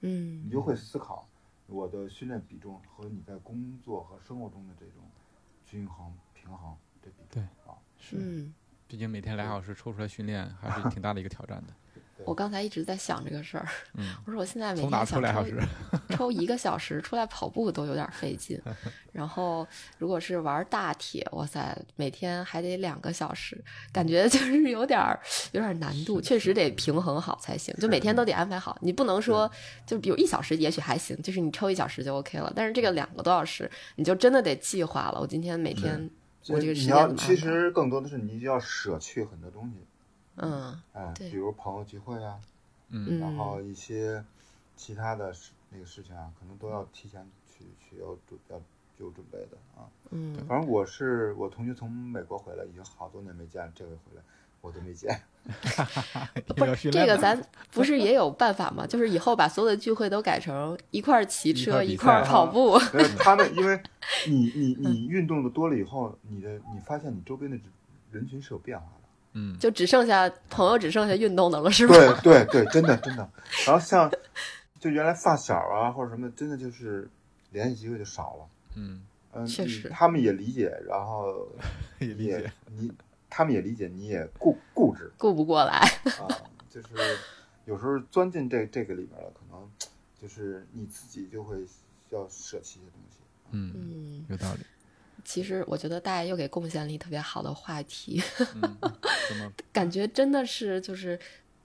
你
嗯
就会思考我的训练比重和你在工作和生活中的这种均衡平衡这比重啊。
是，
嗯，
毕竟每天俩小时抽出来训练，还 <laughs> 是挺大的一个挑战的。
我刚才一直在想这个事儿，
嗯，
我说我现在每
从哪
天
啊
想
抽俩小
抽
时？
抽一个小时出来跑步都有点
<laughs>
费劲，然后如果是玩大铁，哇塞，每天还得两个小时，感觉就是有点儿有点儿难度，确实得平衡好才行，就每天都得安排好，你不能说就有一小时也许还行，就是你抽一小时就 OK 了，但是这个两个多小时你就真的得计划了，我今天每天我这个时
你
间
要
怎么
其
安排？
实更多的是你就要舍去很多东西，
嗯
哎，
对
比如朋友聚会啊，
嗯
然后
嗯
一些其他的事那个事情啊，可能都要提前去去要准要有准备的啊。
嗯，
反正我是我同学从美国回来已经好多年没见，这回回来我都没见。
<laughs>
不
要
是
训
这
练
个
的
咱不是也有办法吗？ <laughs> 就是以后把所有的聚会都改成一块儿骑
一块儿
车
比
一块儿
赛啊
跑步。
没有 <laughs> 他们，因为你你你运动的多了以后，你的你发现你周边的人群是有变化的。
嗯，
就只剩下朋友，只剩下运动的了，是吧？
对对对，真的真的。然后像就原来发小啊或者什么，真的就是联系机会就少了。
嗯，
嗯，
确实
你他们也理解，然后
可以
你
理解
也。你他们也理解，你也固固执
顾不过来。 <laughs>
啊，就是有时候钻进这这个里面了，可能就是你自己就会要舍弃一些东西。
嗯，
嗯，
有
<laughs>
道理。
其实我觉得大家又给贡献了一特别好的话题，
嗯，怎么？
感觉真的是就是，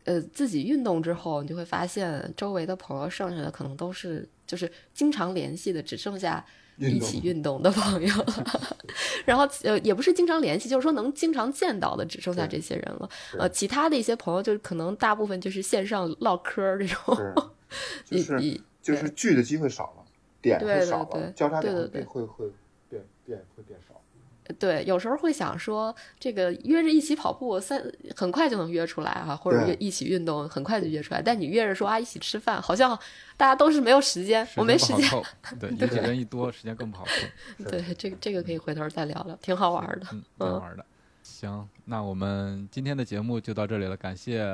呃，自己运动之后，你就会发现周围的朋友剩下的可能都是就是经常联系的，只剩下一起运动的朋友了。 <laughs> 然后呃，也不是经常联系，就是说能经常见到的只剩下这些人了。
是
呃，其他的一些朋友，就是可能大部分就是线上唠嗑儿这种。
是，就是
一一
就是聚的机会少了，点会
对
少
对
了，
对
交叉
对
点会
对对
变会会变变会变少。
对，有时候会想说，这个约着一起跑步，三很快就能约出来啊，或者
对
约一起运动，很快就约出来。但你约着说啊，一起吃饭，好像大家都是没有时间，我没时
不
间。 <laughs>
好凑。对，一个人一多，时间更不好凑。
是
对，这个这个可以回头再聊聊，挺好玩的。 <laughs>
嗯，挺好玩的。行，那我们今天的节目就到这里了，感谢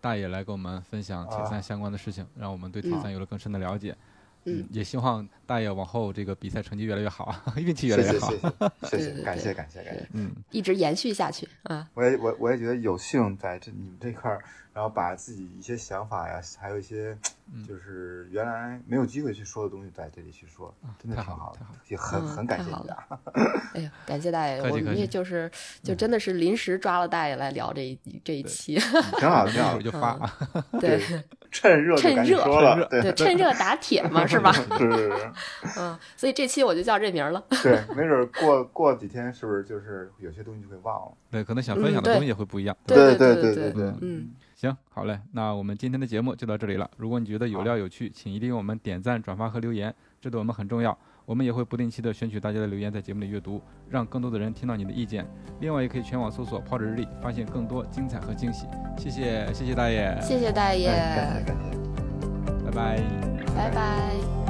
大爷来给我们分享铁三相关的事情，让我们对铁三有了更深的了解。
啊嗯，
也希望大爷往后这个比赛成绩越来越好，
<laughs>
啊，运气越
谢
来
谢
越
谢
好。
<laughs>
谢谢谢，
对对
感
对
谢感谢感谢。
嗯，
一直延续下去啊。
我也我我也觉得有幸在这你们这块儿，然后把自己一些想法呀，还有一些
嗯
就是原来没有机会去说的东西，在这里去说，真的
啊太
挺
好了
的
太好，
也很
嗯
很感谢
太好
你啊。
<laughs> 哎呀，感谢大爷，
客气
我
客
们
气
也就是就真的是临时抓了大爷来聊这一这一期，
挺好，
一
挺好
<laughs> 会儿，就发
嗯
啊，
对
趁热就
趁
赶紧
热
说
趁
了
热，
对
对，趁热打铁嘛，是吧？ <laughs>
是是是，
嗯，所以这期我就叫这名儿了。
对，没准儿过过几天是不是就是有些东西就会忘
<laughs>
了？
对，可能想分
嗯
享的
对
东西也会不一样。
对对
对对
对
对，
嗯，
行，好嘞，那我们今天的节目就到这里了。如果你觉得有料有趣，请一定为我们点赞、转发和留言，这对我们很重要。我们也会不定期的选取大家的留言，在节目里阅读，让更多的人听到你的意见。另外，也可以全网搜索“泡着日历”，发现更多精彩和惊喜。谢谢，谢谢大爷，
谢谢大爷，
哎感谢感谢。
拜拜。
拜拜